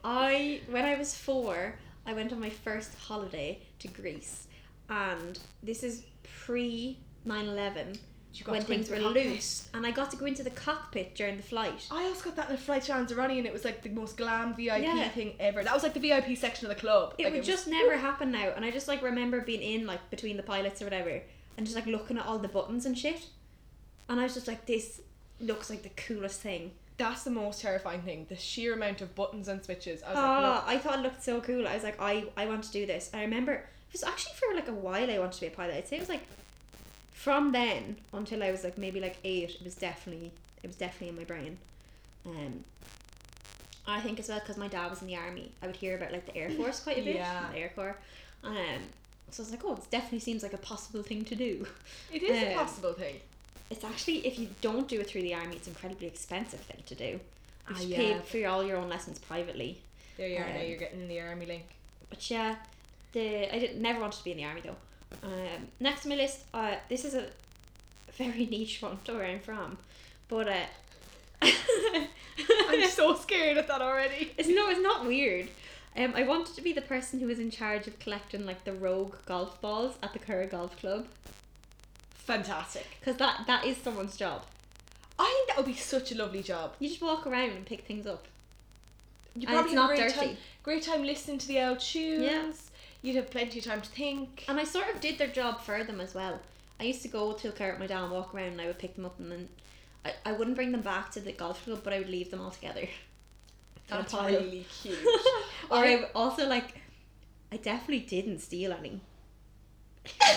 Speaker 2: I when I was four, I went on my first holiday to Greece. And this is pre 9-11
Speaker 1: You got
Speaker 2: when
Speaker 1: to go into
Speaker 2: things were
Speaker 1: the cockpit.
Speaker 2: loose. And I got to go into the cockpit during the flight.
Speaker 1: I also got that in a flight to Anzarani and it was like the most glam VIP
Speaker 2: Yeah.
Speaker 1: thing ever. That was like the VIP section of the club.
Speaker 2: It
Speaker 1: like,
Speaker 2: would
Speaker 1: was-
Speaker 2: just never happen now. And I just like remember being in like between the pilots or whatever and just like looking at all the buttons and shit. And I was just like, this looks like the coolest thing.
Speaker 1: That's the most terrifying thing. The sheer amount of buttons and switches. I was
Speaker 2: Oh, I thought it looked so cool. I was like, I, I want to do this. I remember it was actually for like a while I wanted to be a pilot. I'd say it was like from then until I was like maybe like eight, it was definitely it was definitely in my brain. Um I think as well because my dad was in the army, I would hear about like the Air Force quite a bit.
Speaker 1: Yeah.
Speaker 2: The Air Corps. Um so I was like, oh, it definitely seems like a possible thing to do.
Speaker 1: no. It is a
Speaker 2: um,
Speaker 1: possible thing.
Speaker 2: It's actually, if you don't do it through the army, it's an incredibly expensive thing to do.
Speaker 1: Ah,
Speaker 2: You should
Speaker 1: yeah.
Speaker 2: pay for all your own lessons privately.
Speaker 1: There you are now.
Speaker 2: um,
Speaker 1: You're getting the army link.
Speaker 2: But yeah, the I didn't never wanted to be in the army though. Um, next on my list, uh, this is a very niche one to where I'm from, but uh,
Speaker 1: I'm so scared of that already.
Speaker 2: it's no, it's not weird. Um, I wanted to be the person who was in charge of collecting like the rogue golf balls at the Curra Golf Club,
Speaker 1: Fantastic.
Speaker 2: because that that is someone's job.
Speaker 1: I think that would be such a lovely job.
Speaker 2: You just walk around and pick things up.
Speaker 1: You
Speaker 2: And it's
Speaker 1: have a
Speaker 2: not
Speaker 1: great
Speaker 2: dirty.
Speaker 1: Time, great time listening to the old tunes.
Speaker 2: Yeah.
Speaker 1: You'd have plenty of time to think.
Speaker 2: And I sort of did their job for them as well. I used to go to car with my dad and walk around and I would pick them up and then I, I wouldn't bring them back to the golf club but I would leave them all together. in a
Speaker 1: That's
Speaker 2: pile.
Speaker 1: really cute.
Speaker 2: or I would also like I definitely didn't steal any. but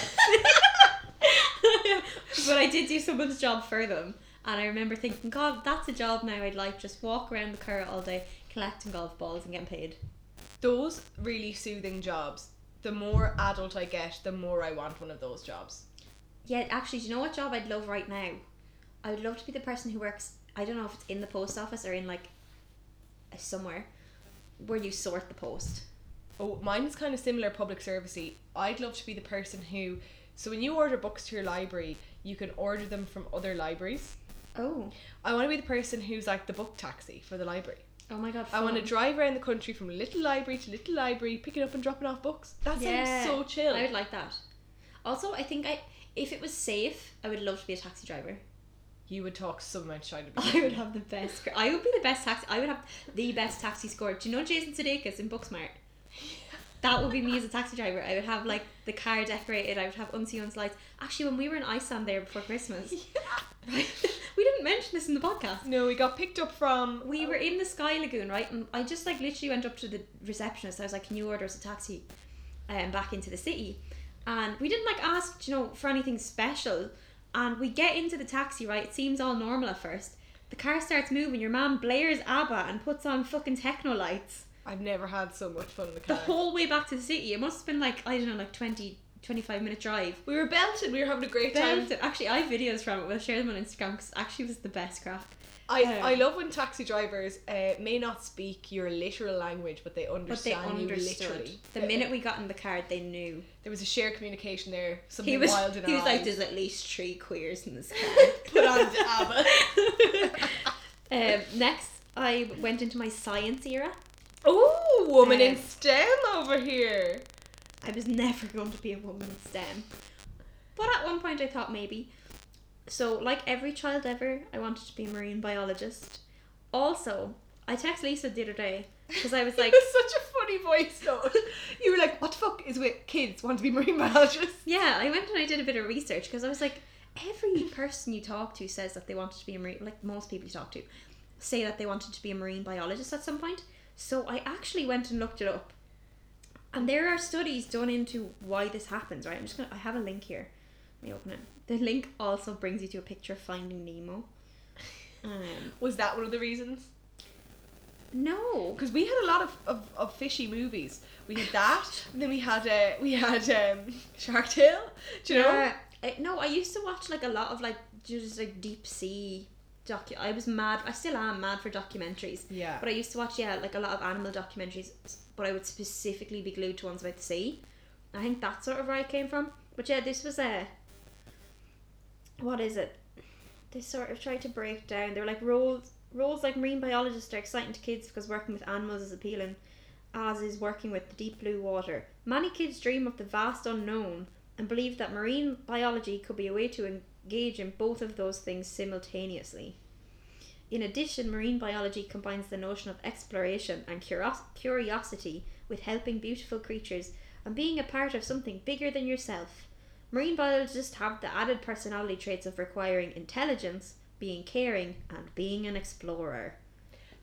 Speaker 2: I did do someone's job for them. And I remember thinking, God, that's a job now I'd like. Just walk around the car all day collecting golf balls and getting paid.
Speaker 1: Those really soothing jobs. The more adult I get, the more I want one of those jobs.
Speaker 2: Yeah, actually, do you know what job I'd love right now? I would love to be the person who works. I don't know if it's in the post office or in like uh, somewhere where you sort the post.
Speaker 1: Oh, mine's kind of similar public servicey. I'd love to be the person who, so when you order books to your library, you can order them from other libraries.
Speaker 2: Oh,
Speaker 1: I want to be the person who's like the book taxi for the library.
Speaker 2: oh my god!
Speaker 1: I want to
Speaker 2: fun.
Speaker 1: drive around the country from little library to little library, picking up and dropping off books. That
Speaker 2: Yeah,
Speaker 1: sounds so chill.
Speaker 2: I would like that. Also, I think I, if it was safe, I would love to be a taxi driver.
Speaker 1: you would talk so much shine about
Speaker 2: I would have the best. gr- I would be the best taxi. I would have the best taxi score. Do you know Jason Sudeikis in Booksmart? That would be me as a taxi driver. I would have like the car decorated. I would have unsewn lights. Actually, when we were in Iceland there before Christmas, we didn't mention this in the podcast.
Speaker 1: No, we got picked up from. um,
Speaker 2: We were in the Sky Lagoon, right? And I just like literally went up to the receptionist. I was like, "Can you order us a taxi, um, back into the city?" And we didn't like ask, you know, for anything special. And we get into the taxi, right? It seems all normal at first. The car starts moving. Your man blares ABBA and puts on fucking techno lights
Speaker 1: I've never had so much fun in the
Speaker 2: the
Speaker 1: car.
Speaker 2: whole way back to the city. It must have been like I don't know, like twenty 25 minute drive.
Speaker 1: We were belted. We were having a great time.
Speaker 2: Belt it. Actually, I have videos from it. We'll share them on Instagram because actually it was the best crack.
Speaker 1: I,
Speaker 2: Um,
Speaker 1: I love when taxi drivers uh, may not speak your literal language, but they
Speaker 2: But they
Speaker 1: understand you
Speaker 2: understood.
Speaker 1: literally.
Speaker 2: The minute we got in the car, they knew.
Speaker 1: There was a shared communication there. Something
Speaker 2: He was,
Speaker 1: wild in our
Speaker 2: he was like,
Speaker 1: eyes.
Speaker 2: there's at least three queers in this car.
Speaker 1: put on the ABBA.
Speaker 2: um, next, I went into my science era.
Speaker 1: Oh, woman in
Speaker 2: Um,
Speaker 1: STEM over here.
Speaker 2: I was never going to be a woman in STEM. But at one point I thought maybe. So, like every child ever, I wanted to be a marine biologist. Also, I texted Lisa the other day because I was like,
Speaker 1: It was such a funny voice though. You were like, what the fuck is with kids want to be marine biologists?
Speaker 2: yeah, I went and I did a bit of research because I was like, every person you talk to says that they wanted to be a marine, like most people you talk to say that they wanted to be a marine biologist at some point. So, I actually went and looked it up. And there are studies done into why this happens, right? I'm just gonna, I have a link here. Let me open it. The link also brings you to a picture of Finding Nemo. Um,
Speaker 1: Was that one of the reasons?
Speaker 2: no.
Speaker 1: Because we had a lot of, of, of fishy movies. We had that, and then we had uh, we had um, Shark Tale. Do you know?
Speaker 2: Yeah. I, no, I used to watch like a lot of like just like deep sea docu. I was mad. I still am mad for documentaries.
Speaker 1: Yeah.
Speaker 2: But I used to watch yeah like a lot of animal documentaries, s- but I would specifically be glued to ones about the sea. I think that's sort of where I came from. But yeah, this was a. What is it? They sort of tried to break down. They were like roles. Roles like marine biologists are exciting to kids because working with animals is appealing, as is working with the deep blue water. Many kids dream of the vast unknown and believe that marine biology could be a way to engage in both of those things simultaneously. In addition, marine biology combines the notion of exploration and curios- curiosity with helping beautiful creatures and being a part of something bigger than yourself. Marine biologists have the added personality traits of requiring intelligence, being caring, and being an explorer.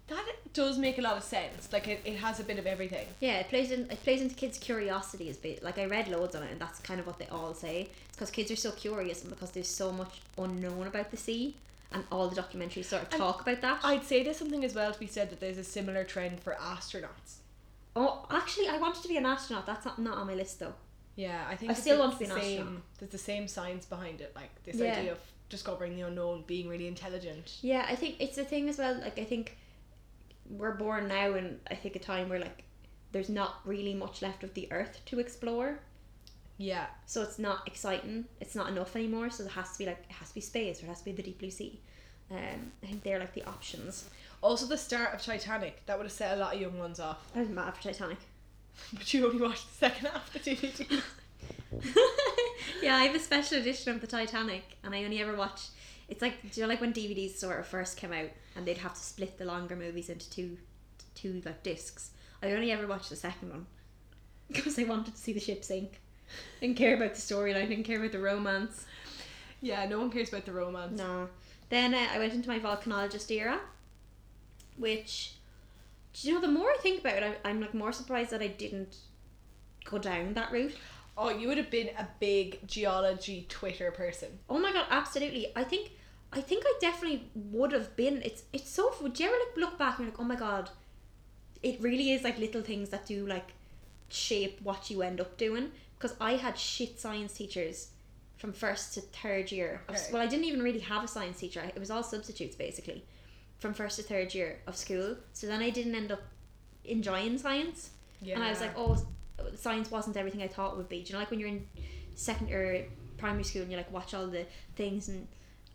Speaker 1: That does make a lot of sense. Like it, it has a bit of everything.
Speaker 2: Yeah, it plays in it plays into kids' curiosity as bit like I read loads on it and that's kind of what they all say. because kids are so curious and because there's so much unknown about the sea and all the documentaries sort of
Speaker 1: And
Speaker 2: talk about that.
Speaker 1: I'd say there's something as well to be said that there's a similar trend for astronauts.
Speaker 2: oh actually I wanted to be an astronaut, that's not, not on my list though.
Speaker 1: Yeah, I think
Speaker 2: I
Speaker 1: it's
Speaker 2: still
Speaker 1: the-
Speaker 2: want to be
Speaker 1: the
Speaker 2: an
Speaker 1: same,
Speaker 2: astronaut.
Speaker 1: There's the same science behind it, like this
Speaker 2: Yeah.
Speaker 1: idea of discovering the unknown, being really intelligent.
Speaker 2: Yeah, I think it's the thing as well, like I think we're born now in I think a time where like there's not really much left of the earth to explore.
Speaker 1: Yeah,
Speaker 2: So it's not exciting. It's not enough anymore. So it has to be like it has to be space or it has to be the deep blue sea. Um, I think they're like the options.
Speaker 1: Also, the start of Titanic that would have set a lot of young ones off.
Speaker 2: I was mad for Titanic.
Speaker 1: But you only watched the second half of the DVD.
Speaker 2: yeah, I have a special edition of the Titanic, and I only ever watch. It's like do you know, like when DVDs sort of first came out, and they'd have to split the longer movies into two, two like discs. I only ever watched the second one because I wanted to see the ship sink. Didn't care about the storyline. Didn't care about the romance.
Speaker 1: yeah, no one cares about the romance.
Speaker 2: No. Then uh, I went into my volcanologist era, which, do you know, the more I think about it, I, I'm like more surprised that I didn't go down that route.
Speaker 1: Oh, you would have been a big geology Twitter person.
Speaker 2: Oh my god, absolutely. I think, I think I definitely would have been. It's it's so. Would you ever like look back and you're like, oh my god, it really is like little things that do like shape what you end up doing. Because I had shit science teachers from first to third year. of s-
Speaker 1: Okay.
Speaker 2: well, I didn't even really have a science teacher. I, it was all substitutes basically, from first to third year of school. So then I didn't end up enjoying science.
Speaker 1: Yeah.
Speaker 2: And I was like, oh, s- science wasn't everything I thought it would be. Do you know, like when you're in second or primary school and you like watch all the things and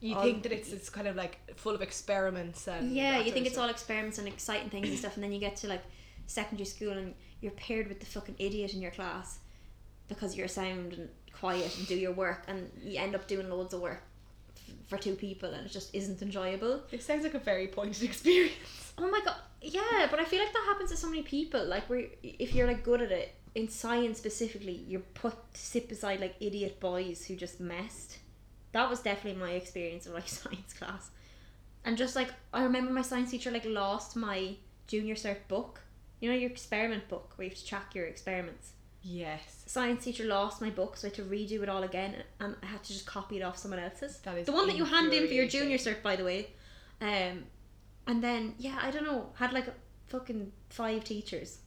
Speaker 1: you
Speaker 2: oh,
Speaker 1: think that it's it's kind of like full of experiments and
Speaker 2: yeah,
Speaker 1: that
Speaker 2: you
Speaker 1: sort
Speaker 2: think
Speaker 1: of
Speaker 2: it's
Speaker 1: stuff.
Speaker 2: all experiments and exciting things and stuff, and then you get to like secondary school and you're paired with the fucking idiot in your class because you're sound and quiet and do your work, and you end up doing loads of work f- for two people, and it just isn't enjoyable.
Speaker 1: This sounds like a very pointed experience.
Speaker 2: Oh my god, yeah, but I feel like that happens to so many people. Like, where if you're like good at it in science specifically, you're put to sit beside like idiot boys who just messed. That was definitely my experience of like science class, and just like I remember my science teacher like lost my junior cert book. You know your experiment book where you have to track your experiments.
Speaker 1: Yes,
Speaker 2: Science teacher lost my book, so I had to redo it all again, and I had to just copy it off someone else's
Speaker 1: that is
Speaker 2: the one that you hand in for your
Speaker 1: infuriating.
Speaker 2: junior cert, by the way. Um, and then yeah, I don't know, had like fucking five teachers.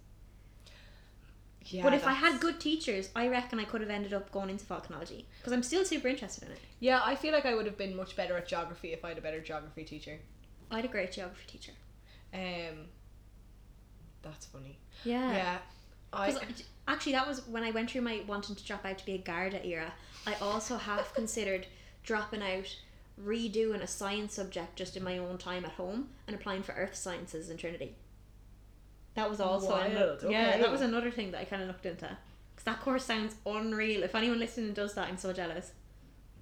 Speaker 1: Yeah,
Speaker 2: but if I had
Speaker 1: that's-
Speaker 2: good teachers, I reckon I could have ended up going into volcanology because I'm still super interested in it.
Speaker 1: yeah, I feel like I would have been much better at geography if I had a better geography teacher.
Speaker 2: I had a great geography teacher.
Speaker 1: Um, that's funny.
Speaker 2: Yeah.
Speaker 1: Yeah, I
Speaker 2: Because actually, that was when I went through my wanting to drop out to be a Garda era. I also half considered dropping out, redoing a science subject just in my own time at home, and applying for earth sciences in Trinity. That was also
Speaker 1: Wild,
Speaker 2: ano- yeah,
Speaker 1: okay.
Speaker 2: that was another thing that I kind of looked into. Because that course sounds unreal. If anyone listening does that, I'm so jealous.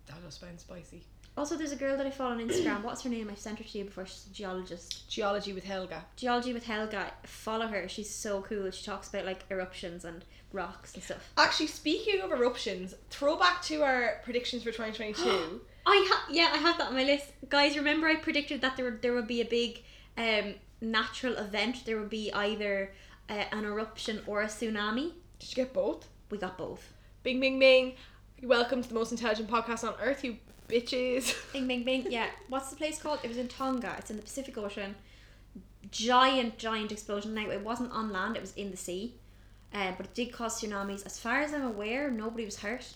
Speaker 1: that does sound spicy.
Speaker 2: Also, there's a girl that I follow on Instagram. What's her name? I've sent her to you before. She's a geologist.
Speaker 1: Geology with Helga.
Speaker 2: Geology with Helga. Follow her. She's so cool. She talks about like eruptions and rocks and stuff.
Speaker 1: Actually, speaking of eruptions, throwback to our predictions for 2022.
Speaker 2: I ha- yeah, I have that on my list. Guys, remember I predicted that there would- there would be a big um, natural event. There would be either uh, an eruption or a tsunami.
Speaker 1: Did you get both?
Speaker 2: We got both.
Speaker 1: Bing, bing, bing. Welcome to the most intelligent podcast on earth, you bitches.
Speaker 2: Bing bing bing. Yeah. What's the place called? It was in Tonga. It's in the Pacific Ocean. Giant giant explosion. Now it wasn't on land. It was in the sea. Uh, but it did cause tsunamis. As far as I'm aware, nobody was hurt.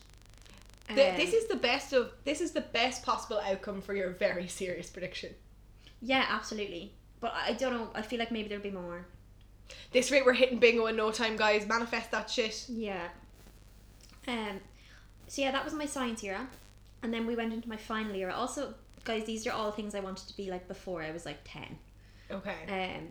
Speaker 1: Th-
Speaker 2: Um,
Speaker 1: this is the best of this is the best possible outcome for your very serious prediction.
Speaker 2: Yeah, absolutely. But I I don't know. I feel like maybe there'll be more.
Speaker 1: This rate we're hitting bingo in no time, guys. Manifest that shit.
Speaker 2: Yeah. Um. So yeah, that was my science era, and then we went into my final era. Also, guys, these are all things I wanted to be like before I was like ten.
Speaker 1: Okay.
Speaker 2: Um,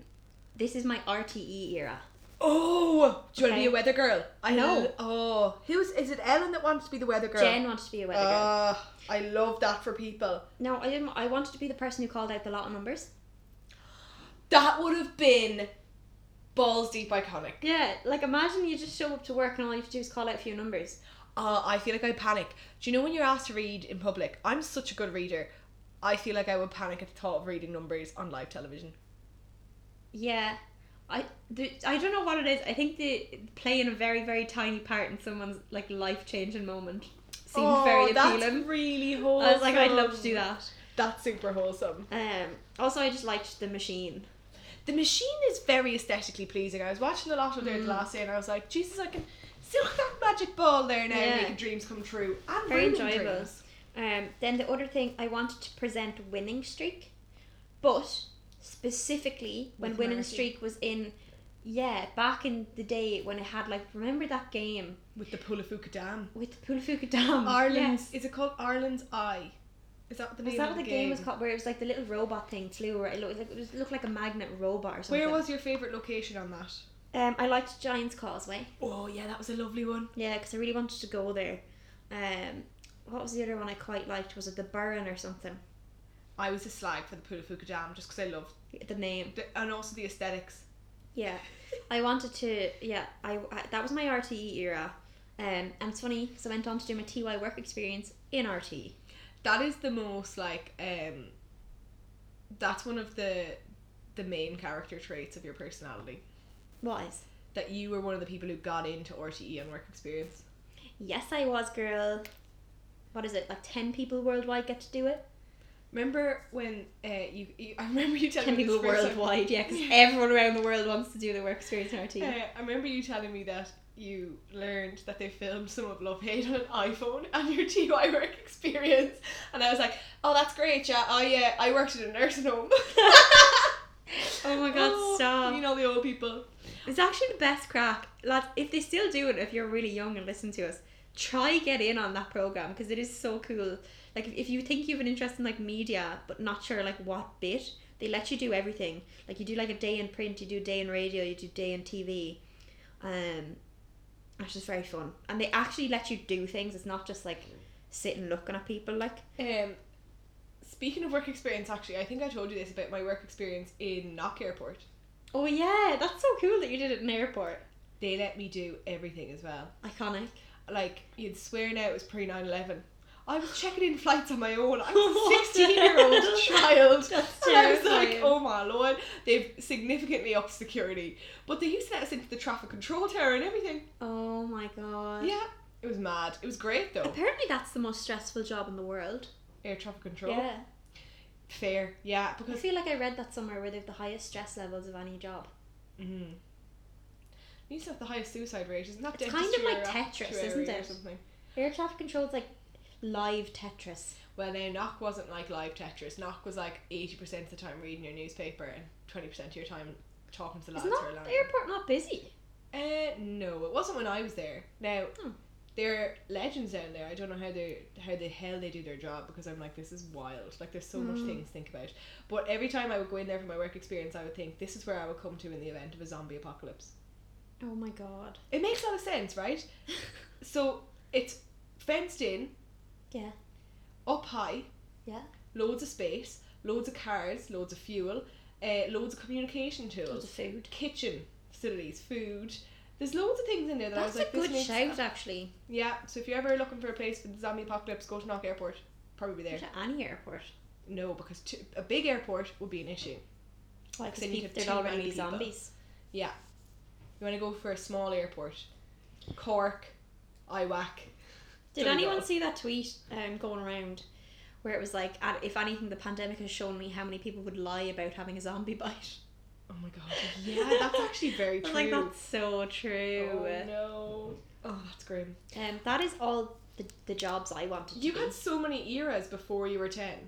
Speaker 2: this is my RTE era.
Speaker 1: Oh, do you want to be
Speaker 2: Okay.
Speaker 1: a weather girl? I
Speaker 2: No.
Speaker 1: l- Oh, who's is it? Ellen that wants to be the weather girl.
Speaker 2: Jen wanted to be a weather girl.
Speaker 1: Ah, I love that for people.
Speaker 2: No, I didn't. I wanted to be the person who called out the lot of numbers.
Speaker 1: That would have been balls deep iconic.
Speaker 2: Yeah, like imagine you just show up to work and all you have to do is call out a few numbers.
Speaker 1: Uh, I feel like I panic. Do you know when you're asked to read in public? I'm such a good reader. I feel like I would panic at the thought of reading numbers on live television.
Speaker 2: Yeah. I, the, I don't know what it is. I think the playing a very very tiny part in someone's like life changing moment seemed very appealing.
Speaker 1: That's really wholesome.
Speaker 2: I was like, I'd love to do that.
Speaker 1: That's super wholesome.
Speaker 2: Um, also, I just liked the machine.
Speaker 1: The machine is very aesthetically pleasing. I was watching the lotto
Speaker 2: Mm.
Speaker 1: there the last day, and I was like, Jesus, I can silk that magic ball there now,
Speaker 2: Yeah.
Speaker 1: making dreams come true. And
Speaker 2: Very
Speaker 1: ruining
Speaker 2: enjoyable.
Speaker 1: dreams.
Speaker 2: Um, then the other thing I wanted to present winning streak, but specifically when
Speaker 1: With
Speaker 2: winning
Speaker 1: Marty.
Speaker 2: streak was in, yeah, back in the day when it had like remember that game
Speaker 1: With the Pulafuka Dam.
Speaker 2: with the Pulafuka Dam.
Speaker 1: Ireland's
Speaker 2: Um, Yes.
Speaker 1: is it called Ireland's Eye? Is that the name
Speaker 2: Was that
Speaker 1: of
Speaker 2: what the
Speaker 1: the
Speaker 2: game was called? Where it was like the little robot thing flew around. It looked like it was, looked like a magnet robot or something.
Speaker 1: Where was your favourite location on that?
Speaker 2: Um, I liked Giant's Causeway.
Speaker 1: Oh yeah, that was a lovely one.
Speaker 2: Yeah, because I really wanted to go there. Um, what was the other one I quite liked? Was it the Burren or something?
Speaker 1: I was a slag for the Pulafuka Dam just because I loved
Speaker 2: The name.
Speaker 1: the, and also the aesthetics.
Speaker 2: Yeah, I wanted to. Yeah, I, I that was my RTE era, um, and it's funny because I went on to do my TY work experience in E. RTE.
Speaker 1: That is the most like um. That's one of the the main character traits of your personality
Speaker 2: Was
Speaker 1: that you were one of the people who got into RTE and work experience.
Speaker 2: yes, I was girl. What is it? Like ten people worldwide get to do it.
Speaker 1: Remember when uh, you, you? I remember you telling
Speaker 2: Ten
Speaker 1: me this
Speaker 2: people
Speaker 1: first time.
Speaker 2: worldwide. Yeah, because everyone around the world wants to do their work experience in E. RTE.
Speaker 1: Uh, I remember you telling me that you learned that they filmed some of Love Hate on an iPhone and your TY work experience, and I was like, "Oh, that's great, yeah. I uh, I worked at a nursing home."
Speaker 2: Oh my god,
Speaker 1: Oh,
Speaker 2: stop!
Speaker 1: You know the old people.
Speaker 2: It's actually the best crack, lads. If they still do it, if you're really young and listen to us, try get in on that program because it is so cool. Like if, if you think you have an interest in like media but not sure like what bit, they let you do everything. Like you do like a day in print, you do a day in radio, you do day in TV, um, which is very fun. And they actually let you do things. It's not just like sitting looking at people. Like
Speaker 1: Um, speaking of work experience, actually, I think I told you this about my work experience in Knock Airport.
Speaker 2: oh yeah, that's so cool that you did it in an airport.
Speaker 1: They let me do everything as well.
Speaker 2: Iconic.
Speaker 1: Like you'd swear now it was pre 9-11. I was checking in flights on my own. I
Speaker 2: What
Speaker 1: was a
Speaker 2: the
Speaker 1: sixteen year old
Speaker 2: hell?
Speaker 1: child.
Speaker 2: That's
Speaker 1: And I was like,
Speaker 2: terrifying.
Speaker 1: oh my lord, they've significantly upped security. But they used to let us into the traffic control tower and everything.
Speaker 2: Oh my god.
Speaker 1: Yeah. It was mad. It was great though.
Speaker 2: Apparently, that's the most stressful job in the world.
Speaker 1: Air traffic control. Fair. Yeah.
Speaker 2: I
Speaker 1: Because
Speaker 2: feel like I read that somewhere where they have the highest stress levels of any job.
Speaker 1: Mm. He mm-hmm. used to have the highest suicide rate, isn't that?
Speaker 2: It's kind of
Speaker 1: dentistry
Speaker 2: like
Speaker 1: or
Speaker 2: Tetris,
Speaker 1: actuary
Speaker 2: isn't
Speaker 1: or
Speaker 2: it?
Speaker 1: something.
Speaker 2: Air traffic control is like live Tetris.
Speaker 1: Well, no, Knock wasn't like live Tetris. Knock was like eighty percent of the time reading your newspaper and twenty percent of your time talking to the
Speaker 2: Is
Speaker 1: lads who
Speaker 2: not
Speaker 1: are
Speaker 2: the
Speaker 1: around.
Speaker 2: airport not busy?
Speaker 1: Uh, no, it wasn't when I was there. Now,
Speaker 2: Hmm.
Speaker 1: they're legends down there. I don't know how they how the hell they do their job because I'm like, this is wild. Like, there's so much
Speaker 2: Mm.
Speaker 1: things to think about. But every time I would go in there for my work experience, I would think this is where I would come to in the event of a zombie apocalypse.
Speaker 2: Oh my god.
Speaker 1: It makes a lot of sense, right? So it's fenced in,
Speaker 2: Yeah.
Speaker 1: up high,
Speaker 2: Yeah.
Speaker 1: loads of space, loads of cars, loads of fuel, uh, loads of communication tools,
Speaker 2: Loads of food.
Speaker 1: kitchen facilities, food. There's loads of things in there that
Speaker 2: That's
Speaker 1: I was like,
Speaker 2: a good
Speaker 1: this makes
Speaker 2: shout, actually.
Speaker 1: Yeah, so if you're ever looking for a place for the zombie apocalypse, go to Knock Airport. Probably
Speaker 2: Go
Speaker 1: there.
Speaker 2: to any airport.
Speaker 1: No, because t- a big airport would be an issue.
Speaker 2: Why?
Speaker 1: Because then you have
Speaker 2: there'd
Speaker 1: too
Speaker 2: already
Speaker 1: many
Speaker 2: be
Speaker 1: people.
Speaker 2: zombies.
Speaker 1: You want to go for a small airport. Cork, IWAC.
Speaker 2: Did
Speaker 1: Donegal.
Speaker 2: anyone see that tweet um, going around where it was like, "Ad- if anything, the pandemic has shown me how many people would lie about having a zombie bite?
Speaker 1: Oh my god. Yeah, that's actually very
Speaker 2: I
Speaker 1: true.
Speaker 2: was like, that's so true.
Speaker 1: oh no. Oh, that's grim.
Speaker 2: Um, that is all the, the jobs I wanted
Speaker 1: You
Speaker 2: to
Speaker 1: had
Speaker 2: do.
Speaker 1: so many eras before you were 10.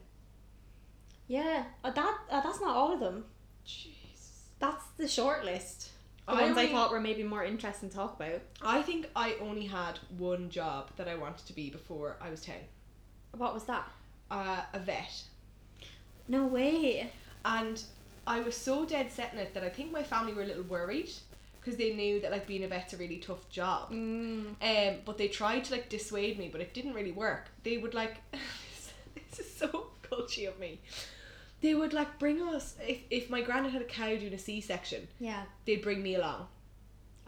Speaker 2: Yeah, uh, that uh, that's not all of them.
Speaker 1: Jeez.
Speaker 2: That's the short list. The
Speaker 1: I,
Speaker 2: ones I
Speaker 1: only-
Speaker 2: thought were maybe more interesting to talk about.
Speaker 1: I think I only had one job that I wanted to be before I was 10.
Speaker 2: What was that?
Speaker 1: Uh, a vet.
Speaker 2: No way.
Speaker 1: and I was so dead set in it that I think my family were a little worried because they knew that like being a vet's a really tough job.
Speaker 2: Mm.
Speaker 1: Um, but they tried to like dissuade me, but it didn't really work. They would like, this is so culchy of me. They would like bring us if if my granddad had a cow doing a C section,
Speaker 2: Yeah.
Speaker 1: they'd bring me along.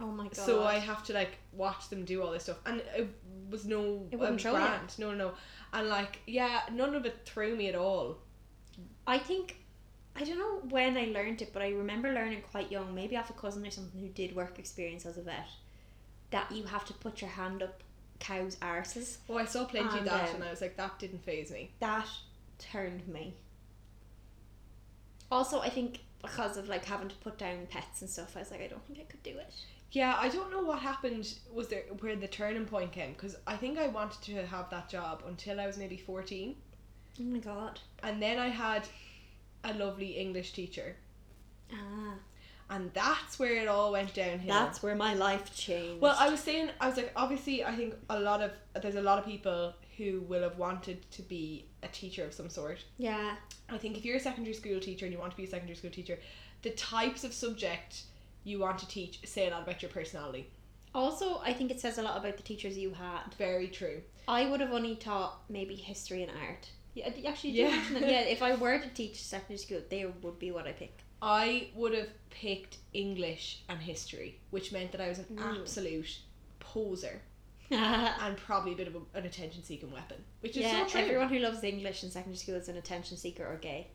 Speaker 2: Oh my god.
Speaker 1: So I have to like watch them do all this stuff, and it was no
Speaker 2: It wouldn't
Speaker 1: um,
Speaker 2: throw you.
Speaker 1: brand, no, no, and like yeah, none of it threw me at all.
Speaker 2: I think I don't know when I learned it, but I remember learning quite young, maybe off a cousin or something who did work experience as a vet, that you have to put your hand up cows' arses.
Speaker 1: Oh, I saw plenty of
Speaker 2: And,
Speaker 1: that,
Speaker 2: um,
Speaker 1: and I was like, that didn't phase me.
Speaker 2: That turned me. Also, I think because of like having to put down pets and stuff, I was like, I don't think I could do it.
Speaker 1: Yeah, I don't know what happened. Was there where the turning point came? Because I think I wanted to have that job until I was maybe fourteen,
Speaker 2: Oh my god.
Speaker 1: and then I had a lovely English teacher,
Speaker 2: Ah,
Speaker 1: and that's where it all went downhill.
Speaker 2: that's where my life changed.
Speaker 1: well, I was saying, I was like, obviously, I think a lot of there's a lot of people who will have wanted to be a teacher of some sort.
Speaker 2: yeah,
Speaker 1: I think if you're a secondary school teacher and you want to be a secondary school teacher, the types of subject you want to teach say a lot about your personality.
Speaker 2: Also, I think it says a lot about the teachers you had.
Speaker 1: Very true.
Speaker 2: I would have only taught maybe history and art. Yeah, d- actually, did
Speaker 1: Yeah.
Speaker 2: you mention that? Yeah, if I were to teach secondary school, they would be what I pick.
Speaker 1: I would have picked English and history, which meant that I was an
Speaker 2: Mm.
Speaker 1: absolute poser
Speaker 2: yeah,
Speaker 1: and probably a bit of a, an attention seeking weapon, which is so true.
Speaker 2: everyone who loves English in secondary school is an attention seeker or gay.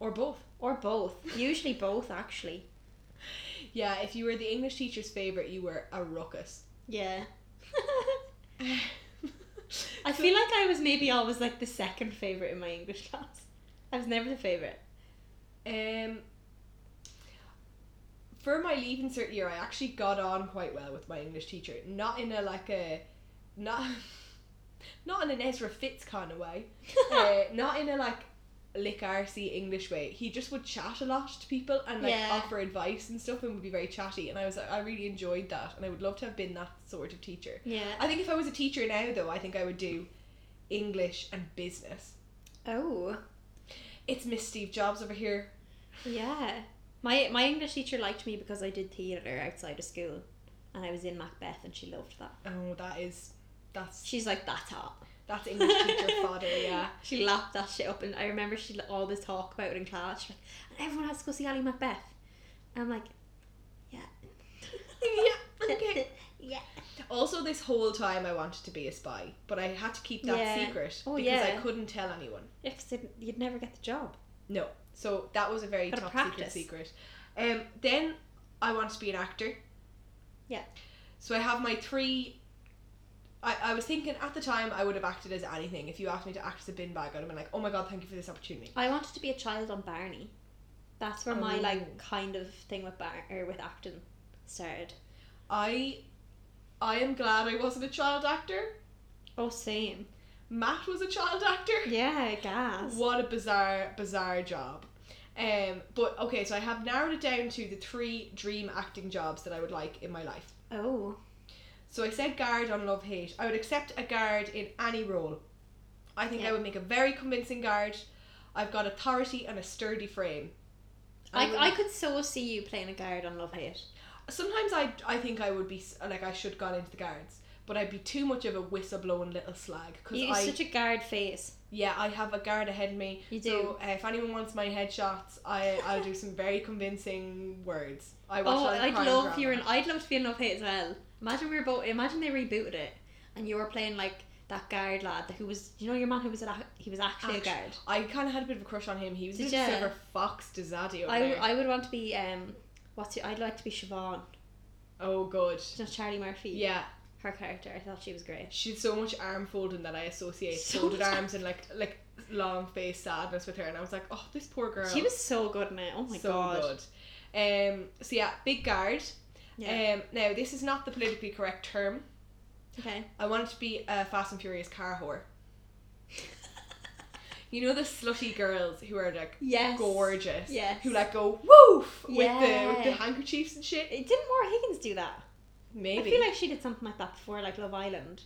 Speaker 1: Or both.
Speaker 2: Or both. Usually both, actually.
Speaker 1: Yeah, if you were the English teacher's favourite, you were a ruckus.
Speaker 2: Yeah. I feel like I was maybe always like the second favourite in my English class. I was never the favourite.
Speaker 1: um, for my leaving cert year, I actually got on quite well with my English teacher. Not in a like a, not, not in an Ezra Fitz kind of way. uh, not in a like lick arsey English way. He just would chat a lot to people and like
Speaker 2: Yeah.
Speaker 1: offer advice and stuff and would be very chatty. And I was like, I really enjoyed that and I would love to have been that sort of teacher.
Speaker 2: yeah.
Speaker 1: I think if I was a teacher now though, I think I would do English and business.
Speaker 2: Oh.
Speaker 1: It's Miss Steve Jobs over here.
Speaker 2: Yeah. My my English teacher liked me because I did theatre outside of school and I was in Macbeth and she loved that.
Speaker 1: Oh, that is that's
Speaker 2: She's like, that's hot.
Speaker 1: that's English teacher fodder, yeah.
Speaker 2: She lapped that shit up and I remember she'd always talk about it in class. She's like, and everyone has to go see Ali Macbeth. And I'm like, yeah.
Speaker 1: Yeah, okay.
Speaker 2: yeah.
Speaker 1: Also, this whole time I wanted to be a spy, but I had to keep that
Speaker 2: Yeah.
Speaker 1: secret
Speaker 2: Oh,
Speaker 1: because I
Speaker 2: yeah.
Speaker 1: couldn't tell anyone.
Speaker 2: Yeah, 'cause they'd- you'd never get the job.
Speaker 1: No. So that was a very
Speaker 2: Gotta
Speaker 1: top
Speaker 2: practice.
Speaker 1: secret secret. Um then I wanted to be an actor.
Speaker 2: Yeah.
Speaker 1: So I have my three I, I was thinking at the time I would have acted as anything. If you asked me to act as a bin bag, I'd have been like, Oh my god, thank you for this opportunity.
Speaker 2: I wanted to be a child on Barney. That's where my
Speaker 1: Oh.
Speaker 2: like kind of thing with Bar- or with acting started.
Speaker 1: I I am glad I wasn't a child actor.
Speaker 2: Oh, same.
Speaker 1: Matt was a child actor.
Speaker 2: Yeah, gas.
Speaker 1: What a bizarre, bizarre job. Um, but okay, so I have narrowed it down to the three dream acting jobs that I would like in my life.
Speaker 2: Oh,
Speaker 1: So I said guard on Love Hate. I would accept a guard in any role. I think I
Speaker 2: Yeah.
Speaker 1: would make a very convincing guard. I've got authority and a sturdy frame.
Speaker 2: I,
Speaker 1: would-
Speaker 2: I could so see you playing a guard on Love Hate.
Speaker 1: sometimes I I think I would be s- like I should gone into the guards, but I'd be too much of a whistleblowing little slag because
Speaker 2: You
Speaker 1: I
Speaker 2: such a guard face.
Speaker 1: yeah I have a guard ahead of me.
Speaker 2: You
Speaker 1: So uh, if anyone wants my headshots, I I'll do some very convincing words. I watch a
Speaker 2: Oh,
Speaker 1: lot of
Speaker 2: I'd
Speaker 1: crime
Speaker 2: love you
Speaker 1: drama.
Speaker 2: in. I'd love to be in Love Hate as well. Imagine we were both. Imagine they rebooted it, and you were playing like that guard lad who was. You know your man who was a, he was actually
Speaker 1: Actu-
Speaker 2: a guard.
Speaker 1: I kind of had a bit of a crush on him. He was a
Speaker 2: Did
Speaker 1: bit of
Speaker 2: ya?
Speaker 1: silver fox to Zaddy over
Speaker 2: I, w-
Speaker 1: there.
Speaker 2: I would want to be um. What's your, I'd like to be Siobhan.
Speaker 1: oh god.
Speaker 2: She's not Charlie Murphy.
Speaker 1: Yeah,
Speaker 2: Her character. I thought she was great.
Speaker 1: she had so much arm folding that I associate
Speaker 2: So
Speaker 1: folded
Speaker 2: much arm-
Speaker 1: arms and like like long face sadness with her, and I was like, oh, this poor girl.
Speaker 2: She was so good in it. Oh my
Speaker 1: so
Speaker 2: god.
Speaker 1: good. Um, so yeah, big guard.
Speaker 2: Yeah.
Speaker 1: Um, now this is not the politically correct term.
Speaker 2: okay.
Speaker 1: I want it to be a Fast and Furious car whore. You know the slutty girls who are like
Speaker 2: yes.
Speaker 1: gorgeous,
Speaker 2: Yes.
Speaker 1: who like go woof with the with the
Speaker 2: Yeah.
Speaker 1: handkerchiefs and shit.
Speaker 2: It didn't Maura Higgins do that?
Speaker 1: Maybe I,
Speaker 2: I feel like she did something like that before, like Love Island.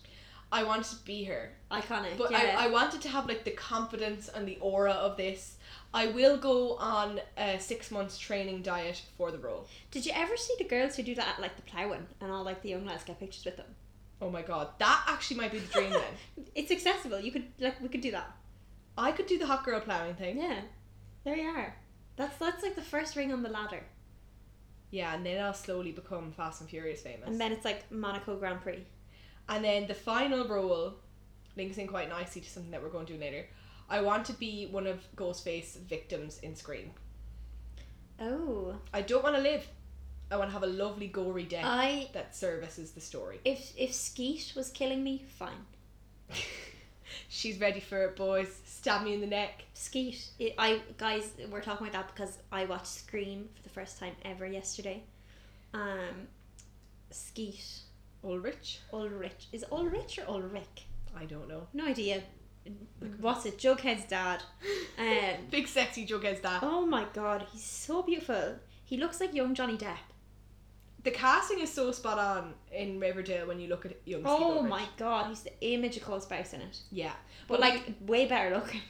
Speaker 1: wanted to be her,
Speaker 2: Iconic.
Speaker 1: but
Speaker 2: yeah.
Speaker 1: I, I wanted to have like the confidence and the aura of this. I will go on a six months training diet for the role.
Speaker 2: Did you ever see the girls who do that at like the ploughing and all like the young lads get pictures with them?
Speaker 1: Oh my god, that actually might be the dream then.
Speaker 2: It's accessible. You could like we could do that.
Speaker 1: I could do the hot girl plowing thing.
Speaker 2: Yeah. There you are. That's that's like the first ring on the ladder.
Speaker 1: Yeah, and then I'll slowly become Fast and Furious famous.
Speaker 2: And then it's like Monaco Grand Prix.
Speaker 1: And then the final role links in quite nicely to something that we're going to do later. I want to be one of Ghostface's victims in Scream.
Speaker 2: Oh.
Speaker 1: I don't want to live. I want to have a lovely, gory death
Speaker 2: I
Speaker 1: that services the story.
Speaker 2: if if Skeet was killing me, fine.
Speaker 1: She's ready for it, boys. Stab me in the neck.
Speaker 2: Skeet. It, I guys, we're talking about that because I watched Scream for the first time ever yesterday. Um, Skeet
Speaker 1: Ulrich?
Speaker 2: Ulrich is it Ulrich or Ulrich?
Speaker 1: I don't know.
Speaker 2: No idea. What's it? Jughead's dad. Um.
Speaker 1: Big sexy joke is that.
Speaker 2: Oh my god, he's so beautiful. He looks like young Johnny Depp.
Speaker 1: The casting is so spot on in Riverdale when you look at young Steve
Speaker 2: Oh
Speaker 1: Ulrich.
Speaker 2: my god, he's the image of Cole Sprouse in it.
Speaker 1: Yeah.
Speaker 2: But like way better looking.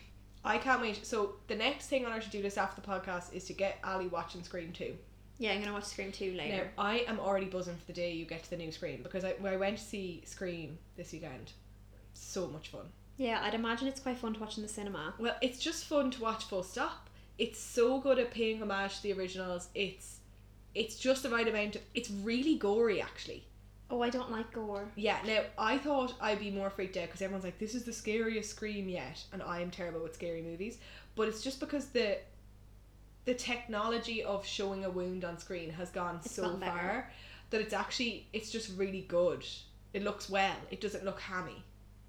Speaker 1: I can't wait. So the next thing on our to-do list after the podcast is to get Ali watching Scream 2.
Speaker 2: Yeah, I'm gonna watch Scream 2
Speaker 1: Now,
Speaker 2: later.
Speaker 1: I am already buzzing for the day you get to the new Scream because I, when I went to see Scream this weekend. So much fun.
Speaker 2: Yeah, I'd imagine it's quite fun to watch in the cinema.
Speaker 1: Well, it's just fun to watch full stop. It's so good at paying homage to the originals. It's it's just the right amount of, it's really gory actually.
Speaker 2: Oh, I don't like gore.
Speaker 1: Yeah, now I thought I'd be more freaked out because everyone's like, this is the scariest scream yet, and I am terrible with scary movies. But it's just because the the technology of showing a wound on screen has gone
Speaker 2: It's
Speaker 1: so
Speaker 2: gotten better.
Speaker 1: far that it's actually it's just really good. It looks well. It doesn't look hammy.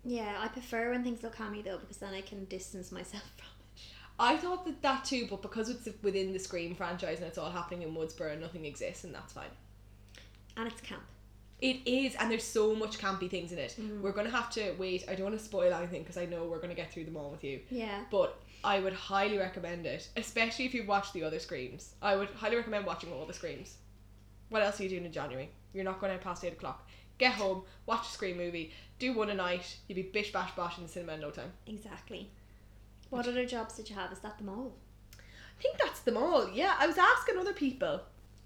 Speaker 2: Yeah, I prefer when things look hammy though because then I can distance myself from it.
Speaker 1: I thought that that too, but because it's within the Scream franchise and it's all happening in Woodsboro, nothing exists, and that's fine.
Speaker 2: And it's camp.
Speaker 1: It is, and there's so much campy things in it. We're gonna have to wait. I don't want to spoil anything because I know we're gonna get through them all with you.
Speaker 2: Yeah.
Speaker 1: but I would highly recommend it, especially if you've watched the other Screams. I would highly recommend watching all the Screams. What else are you doing in January? You're not going out past 8 o'clock. Get home, watch a Scream movie, do one a night, you'll be bish bash bash in the cinema in no time.
Speaker 2: Exactly. What other jobs did you have? Is that them all?
Speaker 1: I think that's them all, yeah. I was asking other people.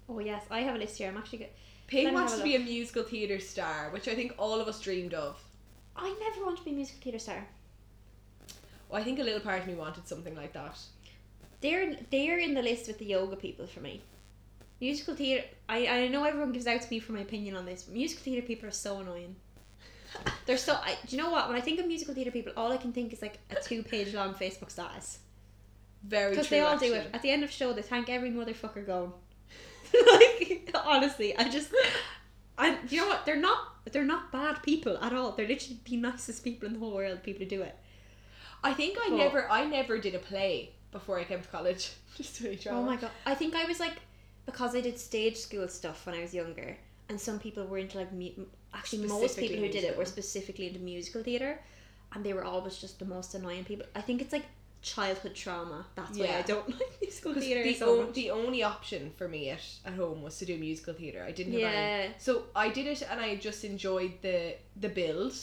Speaker 2: Oh yes, I have a list here. I'm actually. Go-
Speaker 1: Pig
Speaker 2: Let me
Speaker 1: wants
Speaker 2: have
Speaker 1: to
Speaker 2: a
Speaker 1: be a musical theatre star, which I think all of us dreamed of.
Speaker 2: I never want to be a musical theatre star.
Speaker 1: Well, I think a little part of me wanted something like that.
Speaker 2: They're they're in the list with the yoga people for me. Musical theatre. I I know everyone gives out to me for my opinion on this. But musical theatre people are so annoying. They're so. I, do you know what? When I think of musical theatre people, all I can think is like a two page long Facebook status
Speaker 1: Very true.
Speaker 2: because they all do it.
Speaker 1: actually.
Speaker 2: At the end of show, they thank every motherfucker going. like honestly, I just. I do you know what? They're not they're not bad people at all. They're literally the nicest people in the whole world. People who do it.
Speaker 1: I think I
Speaker 2: But-
Speaker 1: never I never did a play before I came to college. Just to be
Speaker 2: Oh my god! I think I was like because I did stage school stuff when I was younger, and some people were into like mu- actually most people who
Speaker 1: Specifically
Speaker 2: did it were
Speaker 1: musical.
Speaker 2: specifically into musical theater, and they were always just the most annoying people. I think it's like childhood trauma. That's why I
Speaker 1: Yeah.
Speaker 2: don't like musical
Speaker 1: 'Cause
Speaker 2: theater
Speaker 1: the,
Speaker 2: so
Speaker 1: on-
Speaker 2: much.
Speaker 1: the only option for me at, at home was to do musical theatre. I didn't have any.
Speaker 2: Yeah,
Speaker 1: So I did it and I just enjoyed the the build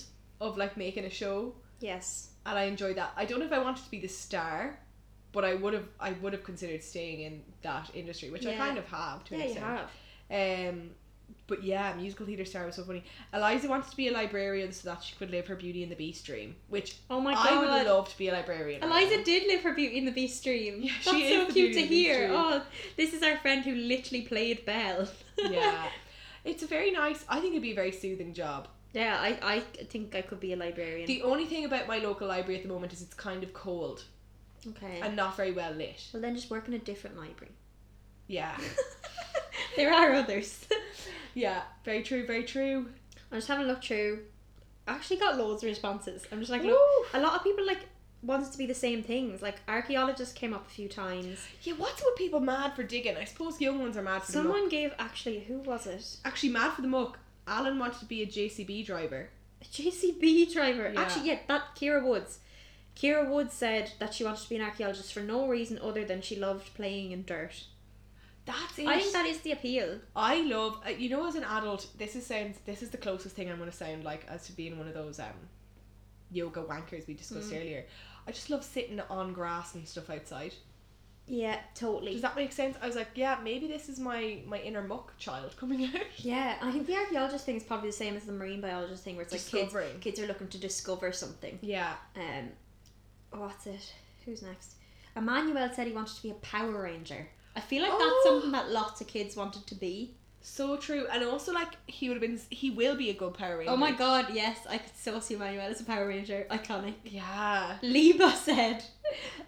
Speaker 1: of like making a show
Speaker 2: yes,
Speaker 1: and I enjoyed that. I don't know if I wanted to be the star, but I would have I would have considered staying in that industry, which I
Speaker 2: Yeah.
Speaker 1: kind of have to an
Speaker 2: yeah, you
Speaker 1: extent.
Speaker 2: have.
Speaker 1: Um, but yeah, musical theatre star was so funny. Eliza wanted to be a librarian so that she could live her Beauty and the Beast dream, which
Speaker 2: Oh my god,
Speaker 1: I would love to be a librarian.
Speaker 2: Eliza did live her Beauty and the Beast dream.
Speaker 1: Yeah,
Speaker 2: That's
Speaker 1: she is
Speaker 2: so
Speaker 1: the Beauty
Speaker 2: cute to
Speaker 1: and the Beast
Speaker 2: hear.
Speaker 1: dream.
Speaker 2: Oh, this is our friend who literally played Belle.
Speaker 1: yeah, it's a very nice. I think it'd be a very soothing job.
Speaker 2: yeah. I, I think I could be a librarian.
Speaker 1: The only thing about my local library at the moment is it's kind of cold
Speaker 2: okay.
Speaker 1: and not very well lit.
Speaker 2: well, then just work in a different library.
Speaker 1: Yeah,
Speaker 2: there are others.
Speaker 1: yeah, very true, very true.
Speaker 2: I'm just having a look through. I actually got loads of responses. I'm just like, look,
Speaker 1: Woo!
Speaker 2: a lot of people like wanted to be the same things. Like archaeologists came up a few times.
Speaker 1: Yeah, what's with people mad for digging? I suppose young ones are mad for the muck.
Speaker 2: Someone gave actually who was it?
Speaker 1: Actually, mad for the muck. Alan wanted to be a JCB driver.
Speaker 2: A JCB driver.
Speaker 1: Yeah.
Speaker 2: Actually, yeah, that Kira Woods. Kira Woods said that she wanted to be an archaeologist for no reason other than she loved playing in dirt.
Speaker 1: That's it.
Speaker 2: I think that is the appeal.
Speaker 1: I love uh, you know as an adult this is sounds this is the closest thing I'm gonna sound like as to being one of those um yoga wankers we discussed
Speaker 2: Mm.
Speaker 1: earlier. I just love sitting on grass and stuff outside.
Speaker 2: Yeah, totally.
Speaker 1: Does that make sense? I was like, yeah, maybe this is my my inner muck child coming out.
Speaker 2: Yeah, I think the archaeologist thing is probably the same as the marine biologist thing, where it's like kids,
Speaker 1: Discovering.
Speaker 2: kids are looking to discover something.
Speaker 1: Yeah,
Speaker 2: Um, what's it? Who's next? Emmanuel said he wanted to be a Power Ranger. I feel like
Speaker 1: Oh.
Speaker 2: that's something that lots of kids wanted to be.
Speaker 1: so true. And also like he would have been he will be a good Power Ranger.
Speaker 2: Oh my god, yes, I could so see Emmanuel as a Power Ranger. Iconic.
Speaker 1: Yeah,
Speaker 2: Leba said,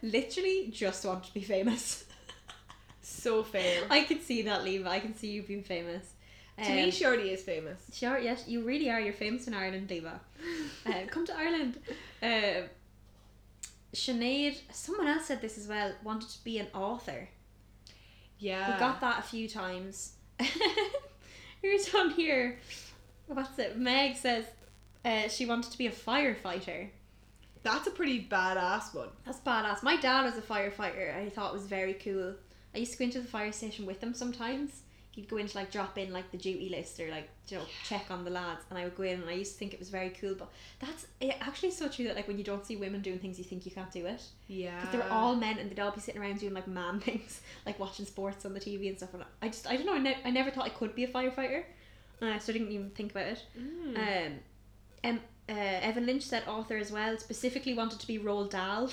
Speaker 2: literally just want to be famous.
Speaker 1: so fair.
Speaker 2: I can see that, Leba. I can see you being famous.
Speaker 1: to
Speaker 2: Um,
Speaker 1: me, she already is famous.
Speaker 2: Sure, yes, you really are. You're famous in Ireland, Leva. Uh, come to Ireland. Uh, Sinead, someone else said this as well, wanted to be an author.
Speaker 1: Yeah,
Speaker 2: We got that a few times. Here's on here. What's it? Meg says uh, she wanted to be a firefighter.
Speaker 1: that's a pretty badass one.
Speaker 2: That's badass. My dad was a firefighter and I thought it was very cool. I used to go into the fire station with him sometimes. He'd go in to like drop in like the duty list or like you know check on the lads, and I would go in and I used to think it was very cool. But that's it actually is so true that like when you don't see women doing things, you think you can't do it.
Speaker 1: Yeah,
Speaker 2: Because they're all men and they'd all be sitting around doing like man things, like watching sports on the TV and stuff. And I just I don't know. I, ne- I never thought I could be a firefighter, and I so didn't even think about it.
Speaker 1: Mm.
Speaker 2: Um, em, uh, Evan Lynch said author as well. Specifically wanted to be Roald Dahl.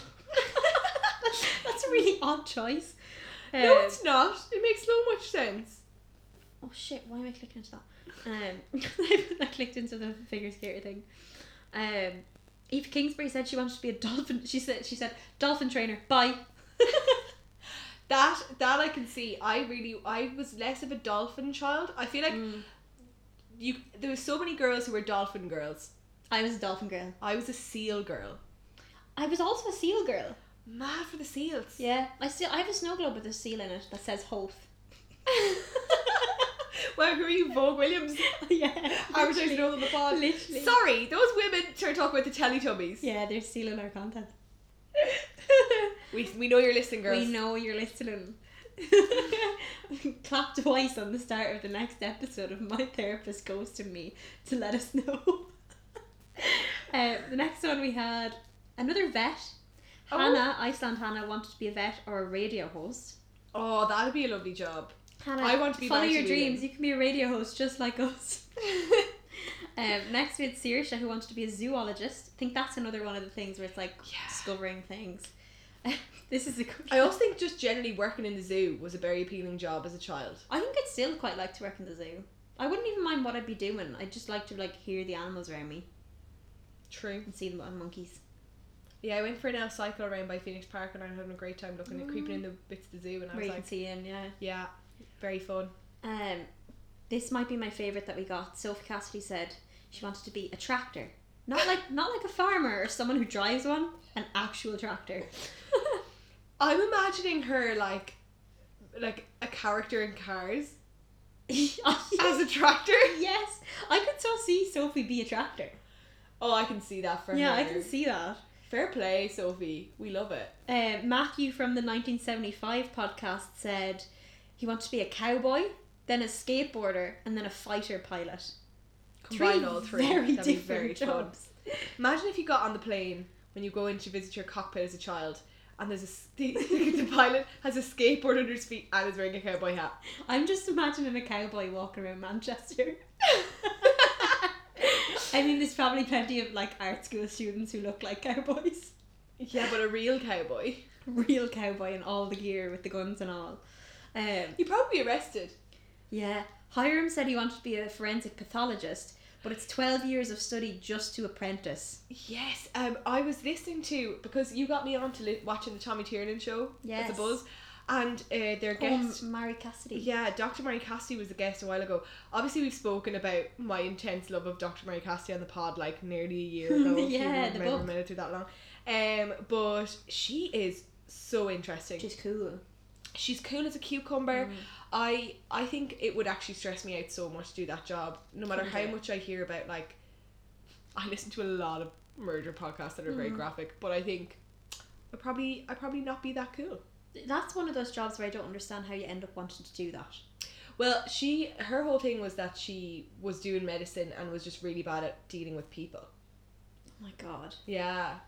Speaker 2: That's a really odd choice.
Speaker 1: no,
Speaker 2: Um,
Speaker 1: it's not. It makes so much sense.
Speaker 2: oh shit! Why am I clicking into that? Um, I clicked into the figure skater thing. Um, Eve Kingsbury said she wanted to be a dolphin. She said she said dolphin trainer. Bye.
Speaker 1: That that I can see. I really I was less of a dolphin child. I feel like
Speaker 2: Mm.
Speaker 1: you there were so many girls who were dolphin girls.
Speaker 2: I was a dolphin girl.
Speaker 1: I was a seal girl.
Speaker 2: I was also a seal girl.
Speaker 1: Mad for the seals.
Speaker 2: Yeah, I still I have a snow globe with a seal in it that says Hoth.
Speaker 1: Well, who are you, Vogue Williams?
Speaker 2: yeah,
Speaker 1: Advertising all on the pod.
Speaker 2: Literally.
Speaker 1: Sorry, those women try to talk about the Teletubbies.
Speaker 2: Yeah, they're stealing our content.
Speaker 1: We, we know you're listening, girls.
Speaker 2: we know you're listening. Clap twice on the start of the next episode of My Therapist Ghosted Me to let us know. uh, the next one we had another vet.
Speaker 1: Oh.
Speaker 2: Hannah, Iceland Hannah, wanted to be a vet or a radio host.
Speaker 1: Oh, that'd be a lovely job.
Speaker 2: Hannah,
Speaker 1: I want to be
Speaker 2: follow
Speaker 1: Bantu
Speaker 2: your
Speaker 1: Williams.
Speaker 2: dreams. You can be a radio host just like us. um, next we had Sirisha who wanted to be a zoologist. I think that's another one of the things where it's like
Speaker 1: Yeah.
Speaker 2: discovering things. this is a good.
Speaker 1: I also think just generally working in the zoo was a very appealing job as a child.
Speaker 2: I think I'd still quite like to work in the zoo. I wouldn't even mind what I'd be doing. I'd just like to like hear the animals around me
Speaker 1: True.
Speaker 2: and see them on monkeys.
Speaker 1: Yeah, I went for an elf cycle around by Phoenix Park and I was having a great time looking at creeping in
Speaker 2: Mm.
Speaker 1: the bits of the zoo and I
Speaker 2: Where
Speaker 1: was
Speaker 2: you
Speaker 1: like,
Speaker 2: can see in, yeah.
Speaker 1: yeah, very fun.
Speaker 2: Um, this might be my favorite that we got. Sophie Cassidy said she wanted to be a tractor, not like not like a farmer or someone who drives one, an actual tractor.
Speaker 1: I'm imagining her like like a character in Cars as a tractor.
Speaker 2: yes, I could so see Sophie be a tractor.
Speaker 1: Oh, I can see that for
Speaker 2: Yeah,
Speaker 1: her.
Speaker 2: I can see that.
Speaker 1: Fair play, Sophie. We love it.
Speaker 2: Uh, Matthew from the 1975 podcast said he wants to be a cowboy, then a skateboarder, and then a fighter pilot.
Speaker 1: Combine all three.
Speaker 2: very
Speaker 1: That'd
Speaker 2: different
Speaker 1: be very fun.
Speaker 2: jobs.
Speaker 1: Imagine if you got on the plane when you go in to visit your cockpit as a child, and there's a s- the, the pilot has a skateboard under his feet and is wearing a cowboy hat.
Speaker 2: I'm just imagining a cowboy walking around Manchester. I mean, there's probably plenty of like art school students who look like cowboys.
Speaker 1: Yeah, but a real cowboy.
Speaker 2: Real cowboy in all the gear with the guns and all. Um,
Speaker 1: You'd probably be arrested.
Speaker 2: yeah, Hiram said he wanted to be a forensic pathologist, but it's 12 years of study just to apprentice.
Speaker 1: Yes, um, I was listening to because you got me on to li- watching the Tommy Tiernan show.
Speaker 2: Yes.
Speaker 1: as a buzz, and uh, their guest.
Speaker 2: Um, Mary Cassidy.
Speaker 1: Yeah, Dr. Mary Cassidy was a guest a while ago. Obviously, we've spoken about my intense love of Dr. Mary Cassidy on the pod like nearly a year ago. if you
Speaker 2: Yeah, the
Speaker 1: remember,
Speaker 2: book.
Speaker 1: made it through that long. Um, but she is so interesting.
Speaker 2: She's cool.
Speaker 1: She's cool as a
Speaker 2: Mm.
Speaker 1: cucumber. I I think it would actually stress me out so much to do that job. No matter
Speaker 2: Couldn't
Speaker 1: how
Speaker 2: do it.
Speaker 1: much I hear about like, I listen to a lot of murder podcasts that are very
Speaker 2: Mm.
Speaker 1: graphic, but I think I probably I probably not be that cool.
Speaker 2: That's one of those jobs where I don't understand how you end up wanting to do that.
Speaker 1: Well, she her whole thing was that she was doing medicine and was just really bad at dealing with people.
Speaker 2: Oh my god.
Speaker 1: Yeah,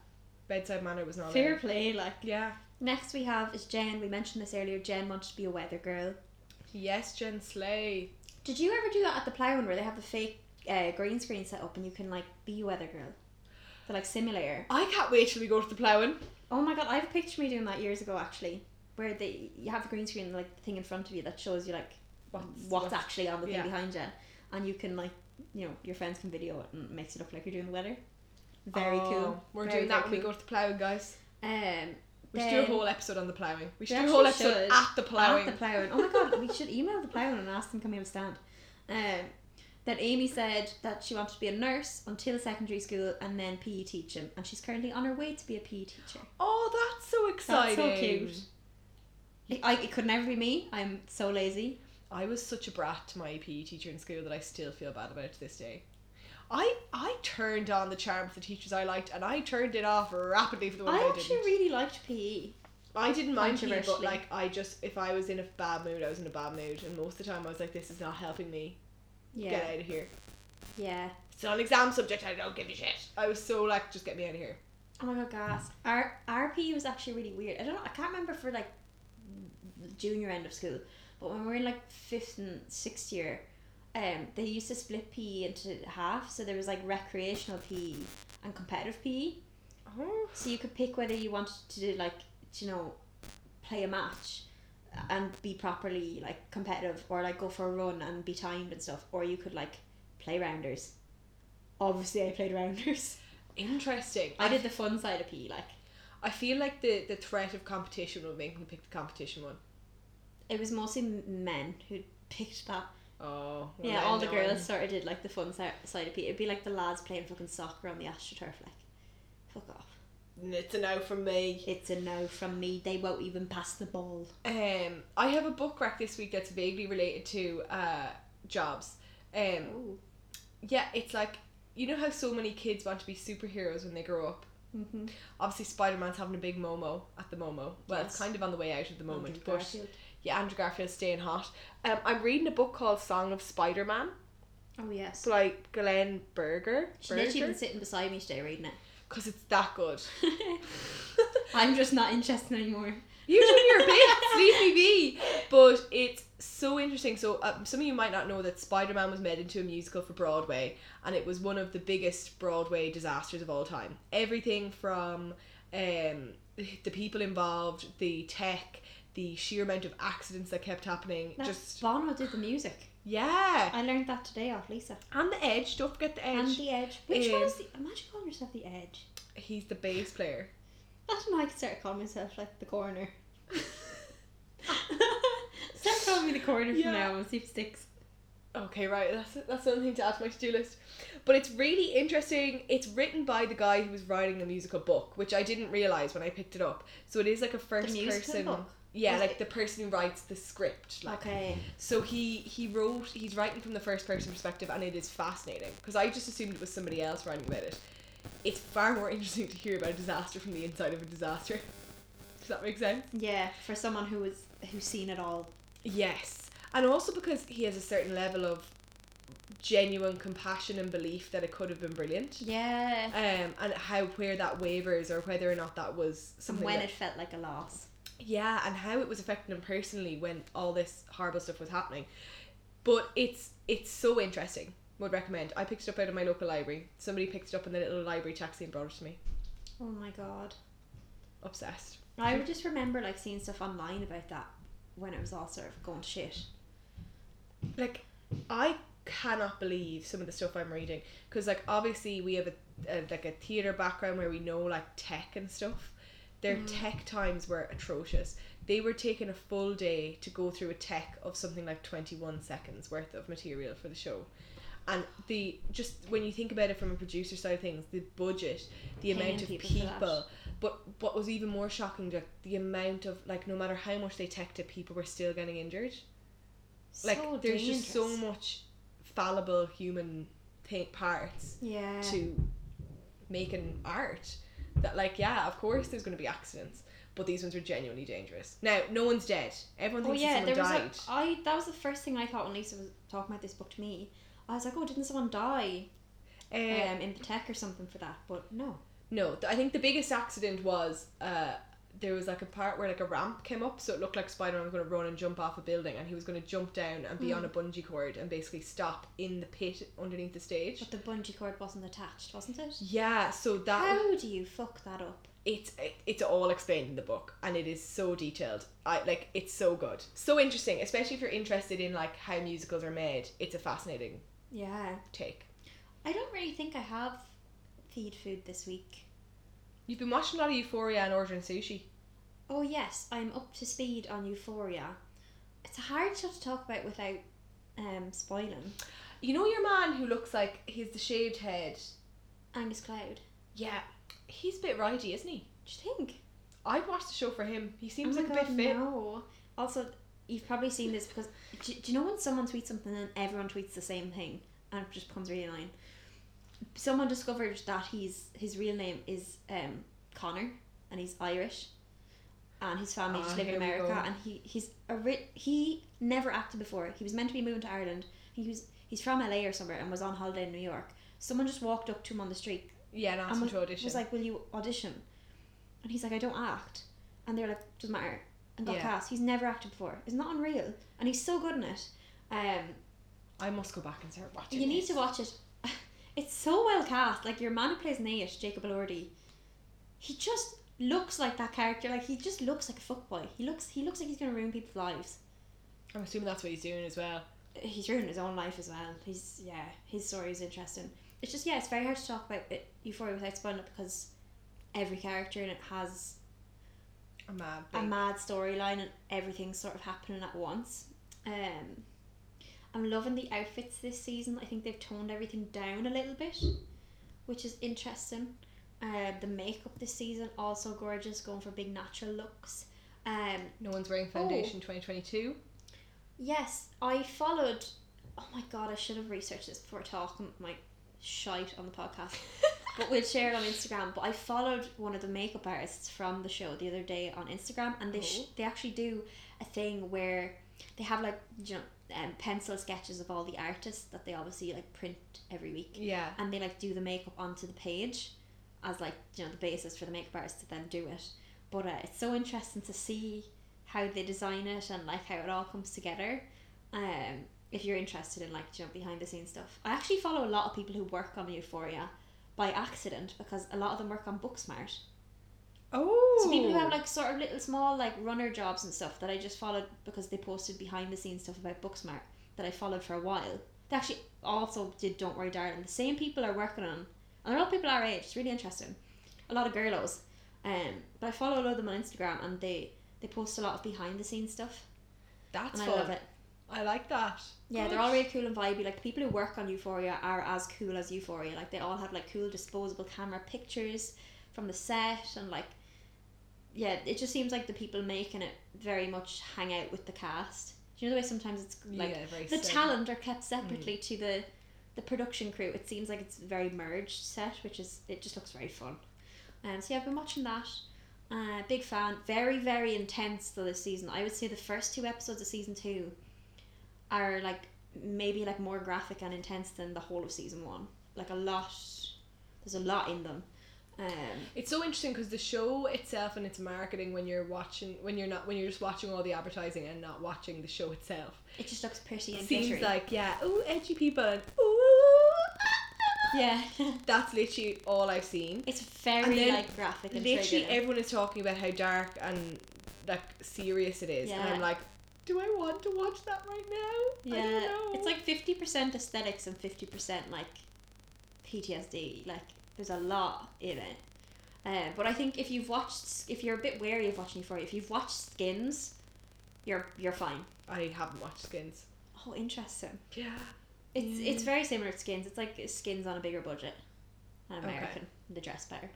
Speaker 1: bedside manner was not
Speaker 2: Fair
Speaker 1: there.
Speaker 2: play, like.
Speaker 1: Yeah.
Speaker 2: Next we have is Jen. We mentioned this earlier. Jen wanted to be a weather girl.
Speaker 1: Yes, Jen Slay.
Speaker 2: Did you ever do that at the ploughing where they have the fake uh, green screen set up and you can like be a weather girl? The like simulator.
Speaker 1: I can't wait till we go to the ploughing.
Speaker 2: Oh my god, I have a picture of me doing that years ago actually, where they you have the green screen like the thing in front of you that shows you like
Speaker 1: What's,
Speaker 2: what's, actually on the thing
Speaker 1: yeah.
Speaker 2: behind you, and you can like you know your friends can video it and it makes it look like you're doing the weather. Very
Speaker 1: Oh,
Speaker 2: cool.
Speaker 1: We're
Speaker 2: Very,
Speaker 1: doing that
Speaker 2: very
Speaker 1: when we go to the ploughing, guys.
Speaker 2: Um,
Speaker 1: We should do a
Speaker 2: Then-
Speaker 1: whole episode on the ploughing. We should
Speaker 2: We
Speaker 1: do a whole
Speaker 2: actually
Speaker 1: episode
Speaker 2: should.
Speaker 1: at the ploughing.
Speaker 2: At the ploughing. Oh my god, we should email the ploughing and ask them can we have a stand. Um, then Amy said that she wanted to be a nurse until secondary school and then PE teaching, and she's currently on her way to be a PE teacher.
Speaker 1: oh, that's so
Speaker 2: That's
Speaker 1: exciting.
Speaker 2: so cute. It, I, it could never be me. I'm so lazy.
Speaker 1: I was such a brat to my PE teacher in school that I still feel bad about it to this day. I I turned on the charm for the teachers I liked and I turned it off rapidly for the ones
Speaker 2: I
Speaker 1: I,
Speaker 2: actually
Speaker 1: didn't.
Speaker 2: really liked E. PE.
Speaker 1: I didn't mind PE, but
Speaker 2: Controversially.
Speaker 1: like I just if I was in a bad mood, I was in a bad mood, and most of the time I was like, this is not helping me.
Speaker 2: Yeah,
Speaker 1: Get out of here.
Speaker 2: yeah.
Speaker 1: It's not an exam subject. I don't give a shit. I was so like, just get me out of here.
Speaker 2: Oh my god, gas. Our our PE was actually really weird. I don't know. I can't remember for like junior end of school, but when we were in like fifth and sixth year, um, they used to split PE into half. So there was like recreational PE and competitive PE.
Speaker 1: Oh.
Speaker 2: So you could pick whether you wanted to do like you know, play a match, and be properly like competitive, or like go for a run and be timed and stuff, or you could like play rounders. Obviously, I played rounders.
Speaker 1: Interesting.
Speaker 2: I did the fun side of PE, like.
Speaker 1: I feel like the the threat of competition would make me pick the competition one.
Speaker 2: It was mostly m- men who picked that.
Speaker 1: Oh, well,
Speaker 2: yeah, all
Speaker 1: then
Speaker 2: the
Speaker 1: no
Speaker 2: girls
Speaker 1: one-
Speaker 2: sort of did like the fun si- side of it. It'd be like the lads playing fucking soccer on the astroturf, like, fuck off.
Speaker 1: It's a no from me.
Speaker 2: It's a no from me. They won't even pass the ball.
Speaker 1: Um, I have a book rec this week that's vaguely related to uh jobs. Um,
Speaker 2: Oh.
Speaker 1: yeah, it's like you know how so many kids want to be superheroes when they grow up.
Speaker 2: Mm-hmm.
Speaker 1: Obviously, Spider Man's having a big momo at the momo. Well, it's
Speaker 2: Yes.
Speaker 1: kind of on the way out at the moment, but yeah, Andrew Garfield's staying hot. Um, I'm reading a book called Song of Spider Man
Speaker 2: Oh yes.
Speaker 1: by like Glenn Berger.
Speaker 2: She's literally been sitting beside me today reading
Speaker 1: Because it's that good.
Speaker 2: it. I'm just not interested anymore.
Speaker 1: You're doing your bit, sleepy bee. But it's so interesting. So um, some of you might not know that Spider Man was made into a musical for Broadway, and it was one of the biggest Broadway disasters of all time. Everything from um, the people involved, the tech, the sheer amount of accidents that kept happening.
Speaker 2: That's
Speaker 1: Just
Speaker 2: Bono did the music.
Speaker 1: yeah,
Speaker 2: I learned that today off Lisa.
Speaker 1: and the Edge. Don't forget the
Speaker 2: And
Speaker 1: Edge.
Speaker 2: the Edge. Which one
Speaker 1: Um,
Speaker 2: is the? Imagine calling yourself the Edge.
Speaker 1: He's the bass player.
Speaker 2: I don't know, I could start calling myself like the coroner. start calling me the coroner
Speaker 1: Yeah.
Speaker 2: from now on, see if it sticks.
Speaker 1: Okay, right. That's that's something to add to my to do list. But it's really interesting. It's written by the guy who was writing the musical book, which I didn't realize when I picked it up. So it is like a first person.
Speaker 2: musical book?
Speaker 1: yeah,
Speaker 2: Was
Speaker 1: like
Speaker 2: it-
Speaker 1: the person who writes the script. Like,
Speaker 2: Okay.
Speaker 1: so he he wrote. He's writing from the first person perspective, and it is fascinating because I just assumed it was somebody else writing about it. It's far more interesting to hear about a disaster from the inside of a disaster. Does that make sense?
Speaker 2: Yeah, for someone who was who's seen it all.
Speaker 1: Yes, and also because he has a certain level of genuine compassion and belief that it could have been brilliant.
Speaker 2: Yeah.
Speaker 1: Um, and how where that wavers or whether or not that was
Speaker 2: And
Speaker 1: something
Speaker 2: when
Speaker 1: that-
Speaker 2: it felt like a loss.
Speaker 1: yeah and how it was affecting him personally when all this horrible stuff was happening but it's it's so interesting would recommend i picked it up out of my local library somebody picked it up in the little library taxi and brought it to me
Speaker 2: Oh my god.
Speaker 1: obsessed
Speaker 2: I would just remember like seeing stuff online about that when it was all sort of going to shit.
Speaker 1: like i cannot believe some of the stuff i'm reading because like obviously we have a, a like a theater background where we know like tech and stuff their
Speaker 2: Mm-hmm.
Speaker 1: tech times were atrocious they were taking a full day to go through a tech of something like 21 seconds worth of material for the show and the just when you think about it from a producer side of things the budget the
Speaker 2: Paying
Speaker 1: amount of
Speaker 2: people for that.
Speaker 1: people but what was even more shocking the, the amount of like no matter how much they teched it people were still getting injured like
Speaker 2: So
Speaker 1: there's just so
Speaker 2: dangerous.
Speaker 1: much fallible human thing, parts
Speaker 2: Yeah.
Speaker 1: to making art that like yeah of course there's going to be accidents but these ones are genuinely dangerous now no one's dead everyone
Speaker 2: Oh
Speaker 1: thinks that
Speaker 2: yeah, there
Speaker 1: someone
Speaker 2: was
Speaker 1: died
Speaker 2: like I that was the first thing I thought when Lisa was talking about this book to me. I was like, oh, didn't someone die
Speaker 1: Uh,
Speaker 2: um, in the tech or something for that? But no.
Speaker 1: no th- i think the biggest accident was uh there was like a part where like a ramp came up so it looked like spider-man was going to run and jump off a building and he was going to jump down and
Speaker 2: Hmm.
Speaker 1: be on a bungee cord and basically stop in the pit underneath the stage
Speaker 2: But the bungee cord wasn't attached, wasn't it?
Speaker 1: yeah so that
Speaker 2: How do you fuck that up?
Speaker 1: it's it- it's all explained in the book and it is so detailed i like it's so good so interesting especially if you're interested in like how musicals are made it's a fascinating
Speaker 2: Yeah.
Speaker 1: take
Speaker 2: I don't really think I have feed food this week.
Speaker 1: you've been watching a lot of euphoria and ordering sushi
Speaker 2: Oh yes, I'm up to speed on Euphoria. It's a hard show to talk about without um spoiling.
Speaker 1: you know your man who looks like he's the shaved head
Speaker 2: Angus Cloud.
Speaker 1: yeah he's a bit righty isn't he
Speaker 2: What do you think?
Speaker 1: i'd watch the show for him he seems
Speaker 2: oh
Speaker 1: like
Speaker 2: my
Speaker 1: a
Speaker 2: god,
Speaker 1: bit fit
Speaker 2: no. Also, you've probably seen this because do, do you know when someone tweets something and everyone tweets the same thing and it just becomes really annoying? Someone discovered that he's his real name is um Connor and he's Irish. And his family
Speaker 1: Ah,
Speaker 2: just live in
Speaker 1: here we
Speaker 2: America,
Speaker 1: go.
Speaker 2: and he he's a ri- he never acted before. He was meant to be moving to Ireland. He was he's from LA or somewhere, and was on holiday in New York. Someone just walked up to him on the street
Speaker 1: yeah and ask
Speaker 2: and
Speaker 1: him
Speaker 2: was,
Speaker 1: to audition
Speaker 2: was like, "Will you audition?" And he's like, "I don't act." And they're like, "Doesn't matter." And got
Speaker 1: Yeah.
Speaker 2: cast. He's never acted before. Isn't that unreal? And he's so good in it. Um,
Speaker 1: i must go back and start watching
Speaker 2: you need
Speaker 1: this.
Speaker 2: to watch it. It's so well cast. Like your man who plays Nate, Jacob Elordi, he just looks like that character. Like he just looks like a fuckboy. He looks he looks like he's gonna ruin people's lives.
Speaker 1: i'm assuming that's what he's doing as well
Speaker 2: He's ruined his own life as well. He's yeah, his story is interesting. It's just yeah, it's very hard to talk about it Euphoria without spoiling it because every character in it has
Speaker 1: a mad
Speaker 2: a
Speaker 1: thing.
Speaker 2: mad storyline and everything's sort of happening at once. Um, I'm loving the outfits this season. I think they've toned everything down a little bit, which is interesting. Uh, the makeup this season also gorgeous, going for big natural looks. Um,
Speaker 1: no one's wearing foundation 2022
Speaker 2: yes, I followed. Oh my god, I should have researched this before talking my shite on the podcast. but we'll share it on Instagram. But I followed one of the makeup artists from the show the other day on Instagram, and they sh-
Speaker 1: Oh.
Speaker 2: they actually do a thing where they have like you know, um, pencil sketches of all the artists that they obviously like print every week,
Speaker 1: yeah
Speaker 2: and they like do the makeup onto the page as like you know the basis for the makeup artist to then do it. But uh, it's so interesting to see how they design it and like how it all comes together. Um, if you're interested in like you know behind the scenes stuff, I actually follow a lot of people who work on Euphoria by accident because a lot of them work on Booksmart.
Speaker 1: oh
Speaker 2: So people who have like sort of little small like runner jobs and stuff that I just followed because they posted behind the scenes stuff about Booksmart that I followed for a while. They actually also did Don't Worry Darling. The same people are working on and they're all people our age, it's really interesting. A lot of girlos. Um but I follow a lot of them on Instagram and they they post a lot of behind the scenes stuff.
Speaker 1: that's
Speaker 2: And
Speaker 1: fun
Speaker 2: I love it.
Speaker 1: I like that.
Speaker 2: Yeah, they're
Speaker 1: Good.
Speaker 2: all really cool and vibey. Like the people who work on Euphoria are as cool as Euphoria. Like they all have like cool disposable camera pictures from the set and like yeah, it just seems like the people making it very much hang out with the cast. Do you know the way sometimes it's like
Speaker 1: yeah, very
Speaker 2: the
Speaker 1: similar.
Speaker 2: talent are kept
Speaker 1: Hmm.
Speaker 2: separately to the the production crew. It seems like it's very merged set, which is it just looks very fun. Um, so yeah, I've been watching that. Uh, big fan. Very very intense though this season. I would say the first two episodes of season two are like maybe like more graphic and intense than the whole of season one. Like a lot. There's a lot in them. Um,
Speaker 1: It's so interesting because the show itself and its marketing when you're watching when you're not when you're just watching all the advertising and not watching the show itself
Speaker 2: it just looks pretty and
Speaker 1: seems
Speaker 2: glittery.
Speaker 1: like yeah ooh edgy people and ooh
Speaker 2: yeah.
Speaker 1: that's literally all I've seen.
Speaker 2: it's very
Speaker 1: And then
Speaker 2: like graphic and
Speaker 1: Literally
Speaker 2: triggered.
Speaker 1: everyone is talking about how dark and like serious it is, and
Speaker 2: Yeah.
Speaker 1: I'm like, do I want to watch that right now? I
Speaker 2: Yeah,
Speaker 1: don't know.
Speaker 2: it's like fifty percent aesthetics and fifty percent like PTSD. Like there's a lot in it. Uh, but I think if you've watched, if you're a bit wary of watching Euphoria, if you've watched Skins, you're you're fine.
Speaker 1: I haven't watched Skins.
Speaker 2: Oh, interesting.
Speaker 1: Yeah.
Speaker 2: It's
Speaker 1: Yeah.
Speaker 2: it's very similar to Skins. It's like Skins on a bigger budget, and
Speaker 1: Okay.
Speaker 2: American. The dress better.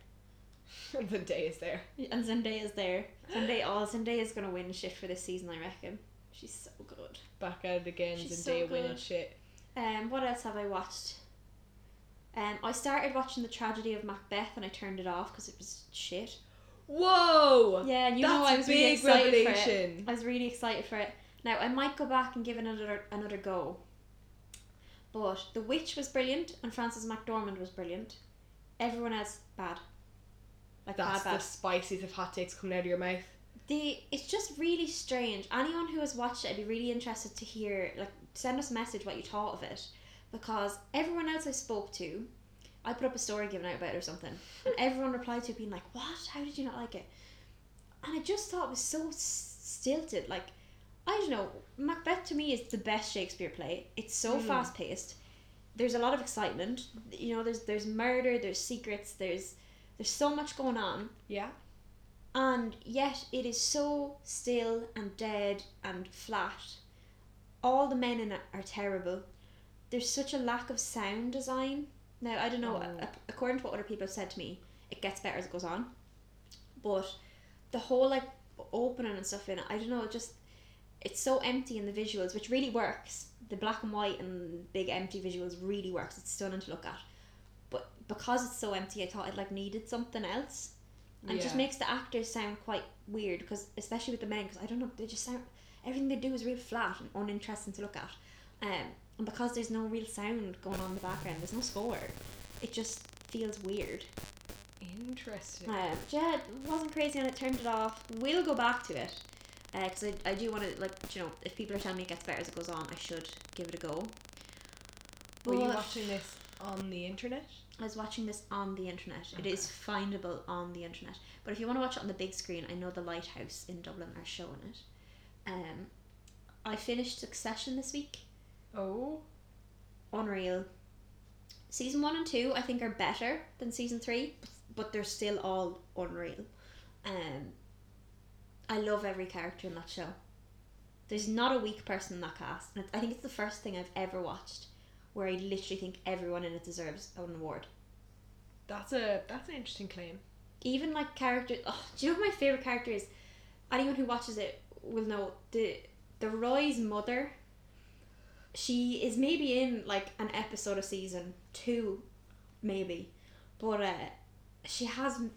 Speaker 1: the day is there.
Speaker 2: And Zendaya's there. Zendaya, oh, Zendaya's gonna win shit for this season. I reckon. She's so good.
Speaker 1: Back at it again.
Speaker 2: She's
Speaker 1: the
Speaker 2: so
Speaker 1: day winning
Speaker 2: good.
Speaker 1: shit.
Speaker 2: Um, what else have I watched? Um, I started watching the tragedy of Macbeth and I turned it off because it was shit.
Speaker 1: Whoa.
Speaker 2: Yeah, and you
Speaker 1: that's
Speaker 2: know I was
Speaker 1: big
Speaker 2: really excited for it.
Speaker 1: revelation.
Speaker 2: I was really excited for it. Now I might go back and give it another another go. But The Witch was brilliant and Frances McDormand was brilliant. Everyone else bad. Like
Speaker 1: That's
Speaker 2: bad
Speaker 1: the
Speaker 2: bad.
Speaker 1: spiciest of hot takes coming out of your mouth.
Speaker 2: The it's just really strange. Anyone who has watched it, I'd be really interested to hear. Like, send us a message what you thought of it, because everyone else I spoke to, I put up a story giving out about it or something, and everyone replied to it being like, "What? How did you not like it?" And I just thought it was so s- stilted. Like, I don't know. Macbeth to me is the best Shakespeare play. It's so
Speaker 1: Mm.
Speaker 2: fast paced. There's a lot of excitement. You know, there's there's murder, there's secrets, there's there's so much going on
Speaker 1: Yeah.
Speaker 2: and yet it is so still and dead and flat. All the men in it are terrible. There's such a lack of sound design. Now I don't know.
Speaker 1: Oh.
Speaker 2: ap- According to what other people have said to me, it gets better as it goes on. But the whole like opening and stuff in it, I don't know. It just it's so empty in the visuals, which really works. The black and white and big empty visuals really works. It's stunning to look at. But because it's so empty, I thought it like needed something else and it just
Speaker 1: Yeah.
Speaker 2: makes the actors sound quite weird because especially with the men because I don't know they just sound everything they do is real flat and uninteresting to look at um, and because there's no real sound going on in the background there's no score it just feels weird
Speaker 1: Interesting.
Speaker 2: um, yeah wasn't crazy on it turned it off we'll go back to it because I, I do want to like you know if people are telling me it gets better as it goes on I should give it a go
Speaker 1: Were you
Speaker 2: But-
Speaker 1: watching this on the internet?
Speaker 2: I was watching this on the internet. It is findable on the internet. But if you want to watch it on the big screen, I know the Lighthouse in Dublin are showing it. Um, I finished Succession this week.
Speaker 1: Oh.
Speaker 2: Unreal. Season one and two, I think, are better than season three, but- but they're still all unreal. Um, I love every character in that show. There's not a weak person in that cast, and it- I think it's the first thing I've ever watched where I literally think everyone in it deserves an award.
Speaker 1: That's a that's an interesting claim.
Speaker 2: even like character oh, do you know who my favorite character is anyone who watches it will know the the roy's mother she is maybe in like an episode of season two maybe but uh she has m-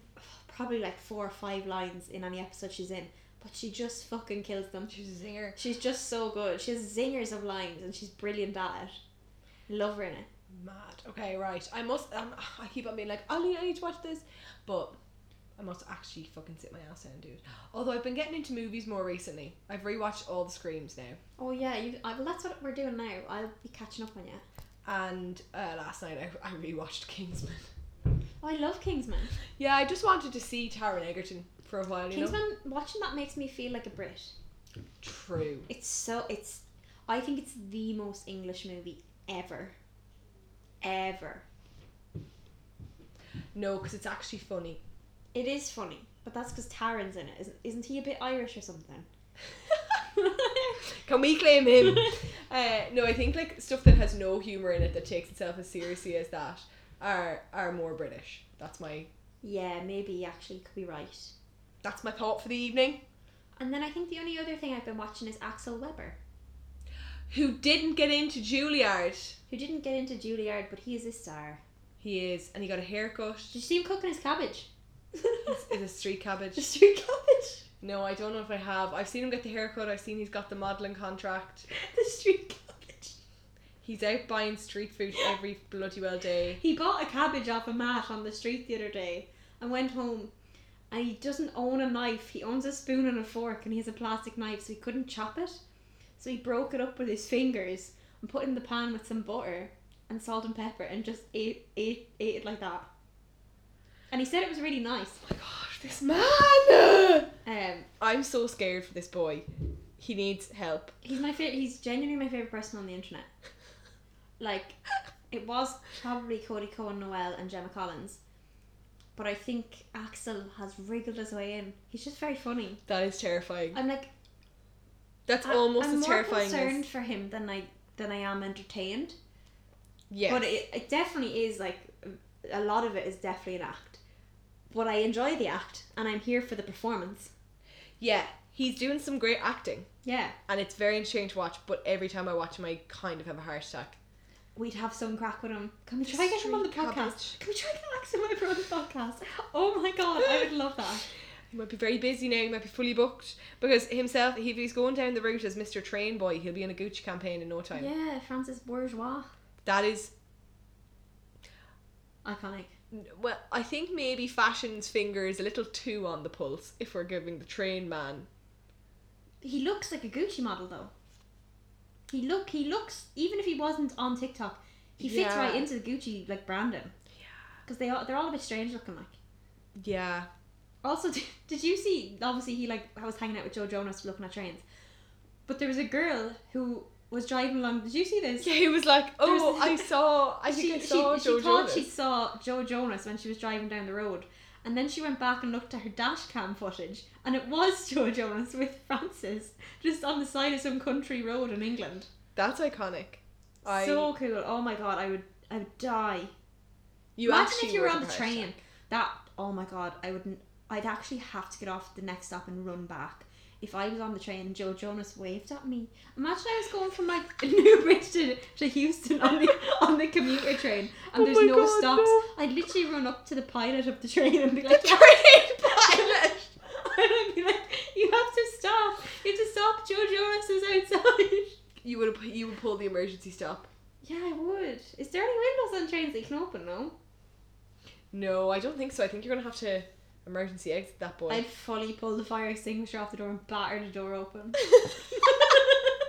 Speaker 2: probably like four or five lines in any episode she's in but she just fucking kills them
Speaker 1: She's a singer.
Speaker 2: she's just so good she has zingers of lines and she's brilliant at it love her in it
Speaker 1: Mad. Okay, right. I must. Um, I keep on being like, I need, I need to watch this, but I must actually fucking sit my ass down, dude. Although I've been getting into movies more recently. I've rewatched all the Screams now,
Speaker 2: oh yeah you I, well that's what we're doing now i'll be catching up on you
Speaker 1: and uh, last night I, I rewatched Kingsman.
Speaker 2: oh i love kingsman
Speaker 1: Yeah, I just wanted to see Taron Egerton for a while. You know,
Speaker 2: Kingsman watching that makes me feel like a Brit.
Speaker 1: true.
Speaker 2: It's so it's I think it's the most English movie ever. Ever.
Speaker 1: No, because it's actually funny.
Speaker 2: It is funny, but that's because Taron's in it. Isn't, isn't he a bit Irish or something?
Speaker 1: Can we claim him? uh, no, I think like stuff that has no humor in it that takes itself as seriously as that are are more British. That's my
Speaker 2: yeah, maybe actually you could be right.
Speaker 1: That's my thought for the evening.
Speaker 2: And then I think the only other thing I've been watching is Axel Weber,
Speaker 1: Who didn't get into Juilliard?
Speaker 2: who didn't get into Juilliard, but he is a star.
Speaker 1: He is, and he got a haircut.
Speaker 2: Did you see him cooking his cabbage?
Speaker 1: Is is it street
Speaker 2: the
Speaker 1: cabbage?
Speaker 2: street cabbage.
Speaker 1: No, I don't know if I have. I've seen him get the haircut. I've seen he's got the modeling contract.
Speaker 2: The street cabbage.
Speaker 1: He's out buying street food every bloody well day.
Speaker 2: He bought a cabbage off a mat on the street the other day and went home. And he doesn't own a knife. He owns a spoon and a fork, and he has a plastic knife, so he couldn't chop it. So he broke it up with his fingers and put it in the pan with some butter and salt and pepper, and just ate ate ate it like that. And he said it was really nice.
Speaker 1: Oh my gosh, this man!
Speaker 2: Um,
Speaker 1: I'm so scared for this boy. He needs help.
Speaker 2: he's my favorite. He's genuinely my favorite person on the internet. Like It was probably Cody Cohen Noel and Gemma Collins. But I think Axel has wriggled his way in. He's just very funny.
Speaker 1: That is terrifying.
Speaker 2: I'm like
Speaker 1: That's
Speaker 2: I-
Speaker 1: almost
Speaker 2: I'm
Speaker 1: as
Speaker 2: more
Speaker 1: terrifying
Speaker 2: concerned
Speaker 1: as
Speaker 2: for him than I than I am entertained.
Speaker 1: yeah.
Speaker 2: But it, it definitely is like a lot of it is definitely an act. But I enjoy the act and I'm here for the performance.
Speaker 1: yeah, he's doing some great acting,
Speaker 2: Yeah.
Speaker 1: and it's very interesting to watch. But every time I watch him, I kind of have a heart attack.
Speaker 2: We'd have some crack with him. Can we try and get him on the
Speaker 1: Street
Speaker 2: podcast?
Speaker 1: cabbage.
Speaker 2: Can we try and get Axel Weber on the podcast? Oh my god, I would love that.
Speaker 1: He might be very busy now. He might be fully booked because himself, if he's going down the route as Mister Train Boy, he'll be in a Gucci campaign in no time.
Speaker 2: Yeah, Francis Bourgeois.
Speaker 1: That is,
Speaker 2: Iconic.
Speaker 1: well, I think maybe fashion's finger is a little too on the pulse if we're giving the train man.
Speaker 2: He looks like a Gucci model though. He look he looks even if he wasn't on TikTok, he fits
Speaker 1: Yeah.
Speaker 2: right into the Gucci like branding. Because they all they're all a bit strange looking like.
Speaker 1: Yeah,
Speaker 2: Also, did, did you see? Obviously, he like I was hanging out with Joe Jonas looking at trains, but there was a girl who was driving along. Did you see this?
Speaker 1: yeah. He was like, oh,
Speaker 2: There's-
Speaker 1: I saw. I think I saw Joe
Speaker 2: she thought
Speaker 1: Jonas.
Speaker 2: she saw Joe Jonas when she was driving down the road, and then she went back and looked at her dash cam footage, and it was Joe Jonas with Francis just on the side of some country road in England.
Speaker 1: That's iconic. I
Speaker 2: So cool! Oh my god, I would, I would die.
Speaker 1: you
Speaker 2: Imagine
Speaker 1: actually
Speaker 2: if you were
Speaker 1: would
Speaker 2: on the
Speaker 1: have a heart
Speaker 2: train.
Speaker 1: attack.
Speaker 2: That oh my god, I wouldn't. I'd actually have to get off the next stop and run back. If I was on the train and Joe Jonas waved at me, imagine I was going from like Newbridge to, to Houston on the on the commuter train and
Speaker 1: Oh
Speaker 2: there's
Speaker 1: my
Speaker 2: no
Speaker 1: God,
Speaker 2: stops.
Speaker 1: no.
Speaker 2: I'd literally run up to the pilot of the train and be
Speaker 1: The
Speaker 2: like,
Speaker 1: train pilot.
Speaker 2: and I'd be like, you have to stop. You have to stop. Joe Jonas is outside.
Speaker 1: You would you would pull the emergency stop.
Speaker 2: Yeah, I would. Is there any windows on trains that you can open? No.
Speaker 1: No, I don't think so. I think you're gonna have to emergency exit that boy.
Speaker 2: I'd fully pull the fire extinguisher off the door and batter the door open.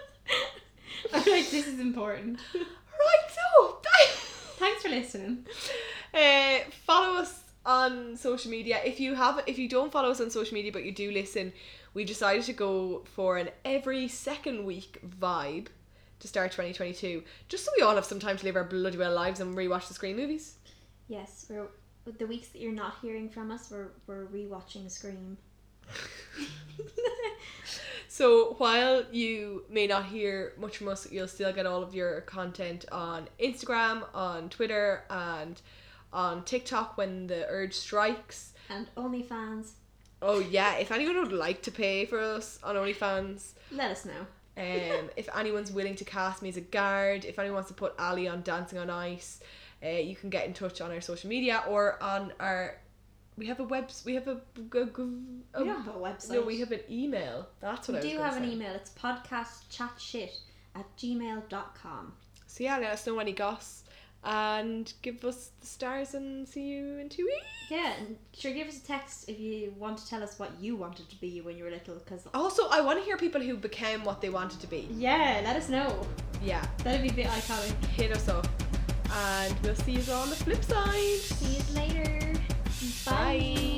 Speaker 2: I'm like, this is important.
Speaker 1: Right, so
Speaker 2: Thanks for listening.
Speaker 1: uh, follow us on social media. If you have, if you don't follow us on social media, but you do listen, we decided to go for an every second week vibe to start 2022, just so we all have some time to live our bloody well lives and rewatch the screen movies.
Speaker 2: Yes, we're the weeks that you're not hearing from us, we're we're rewatching Scream.
Speaker 1: So while you may not hear much from us, you'll still get all of your content on Instagram, on Twitter, and on TikTok when the urge strikes.
Speaker 2: and OnlyFans,
Speaker 1: Oh yeah, if anyone would like to pay for us on OnlyFans,
Speaker 2: let us know.
Speaker 1: um, if anyone's willing to cast me as a guard, if anyone wants to put Ali on Dancing on Ice, uh, you can get in touch on our social media or on our. We have a webs. We have a. a, a-
Speaker 2: Oh, We don't have a website.
Speaker 1: no, we have an email. That's
Speaker 2: We
Speaker 1: what I was
Speaker 2: do
Speaker 1: gonna
Speaker 2: have an
Speaker 1: say.
Speaker 2: email. It's podcastchatshit at gmail.com.
Speaker 1: So yeah, let us know any goss and give us the stars and see you in two weeks.
Speaker 2: Yeah, and sure, give us a text if you want to tell us what you wanted to be when you were little, because.
Speaker 1: Also, I want to hear people who became what they wanted to be.
Speaker 2: Yeah, let us know.
Speaker 1: Yeah,
Speaker 2: That'd be a bit iconic.
Speaker 1: hit us up. And we'll see you all on the flip side.
Speaker 2: See you later. Bye.
Speaker 1: Bye.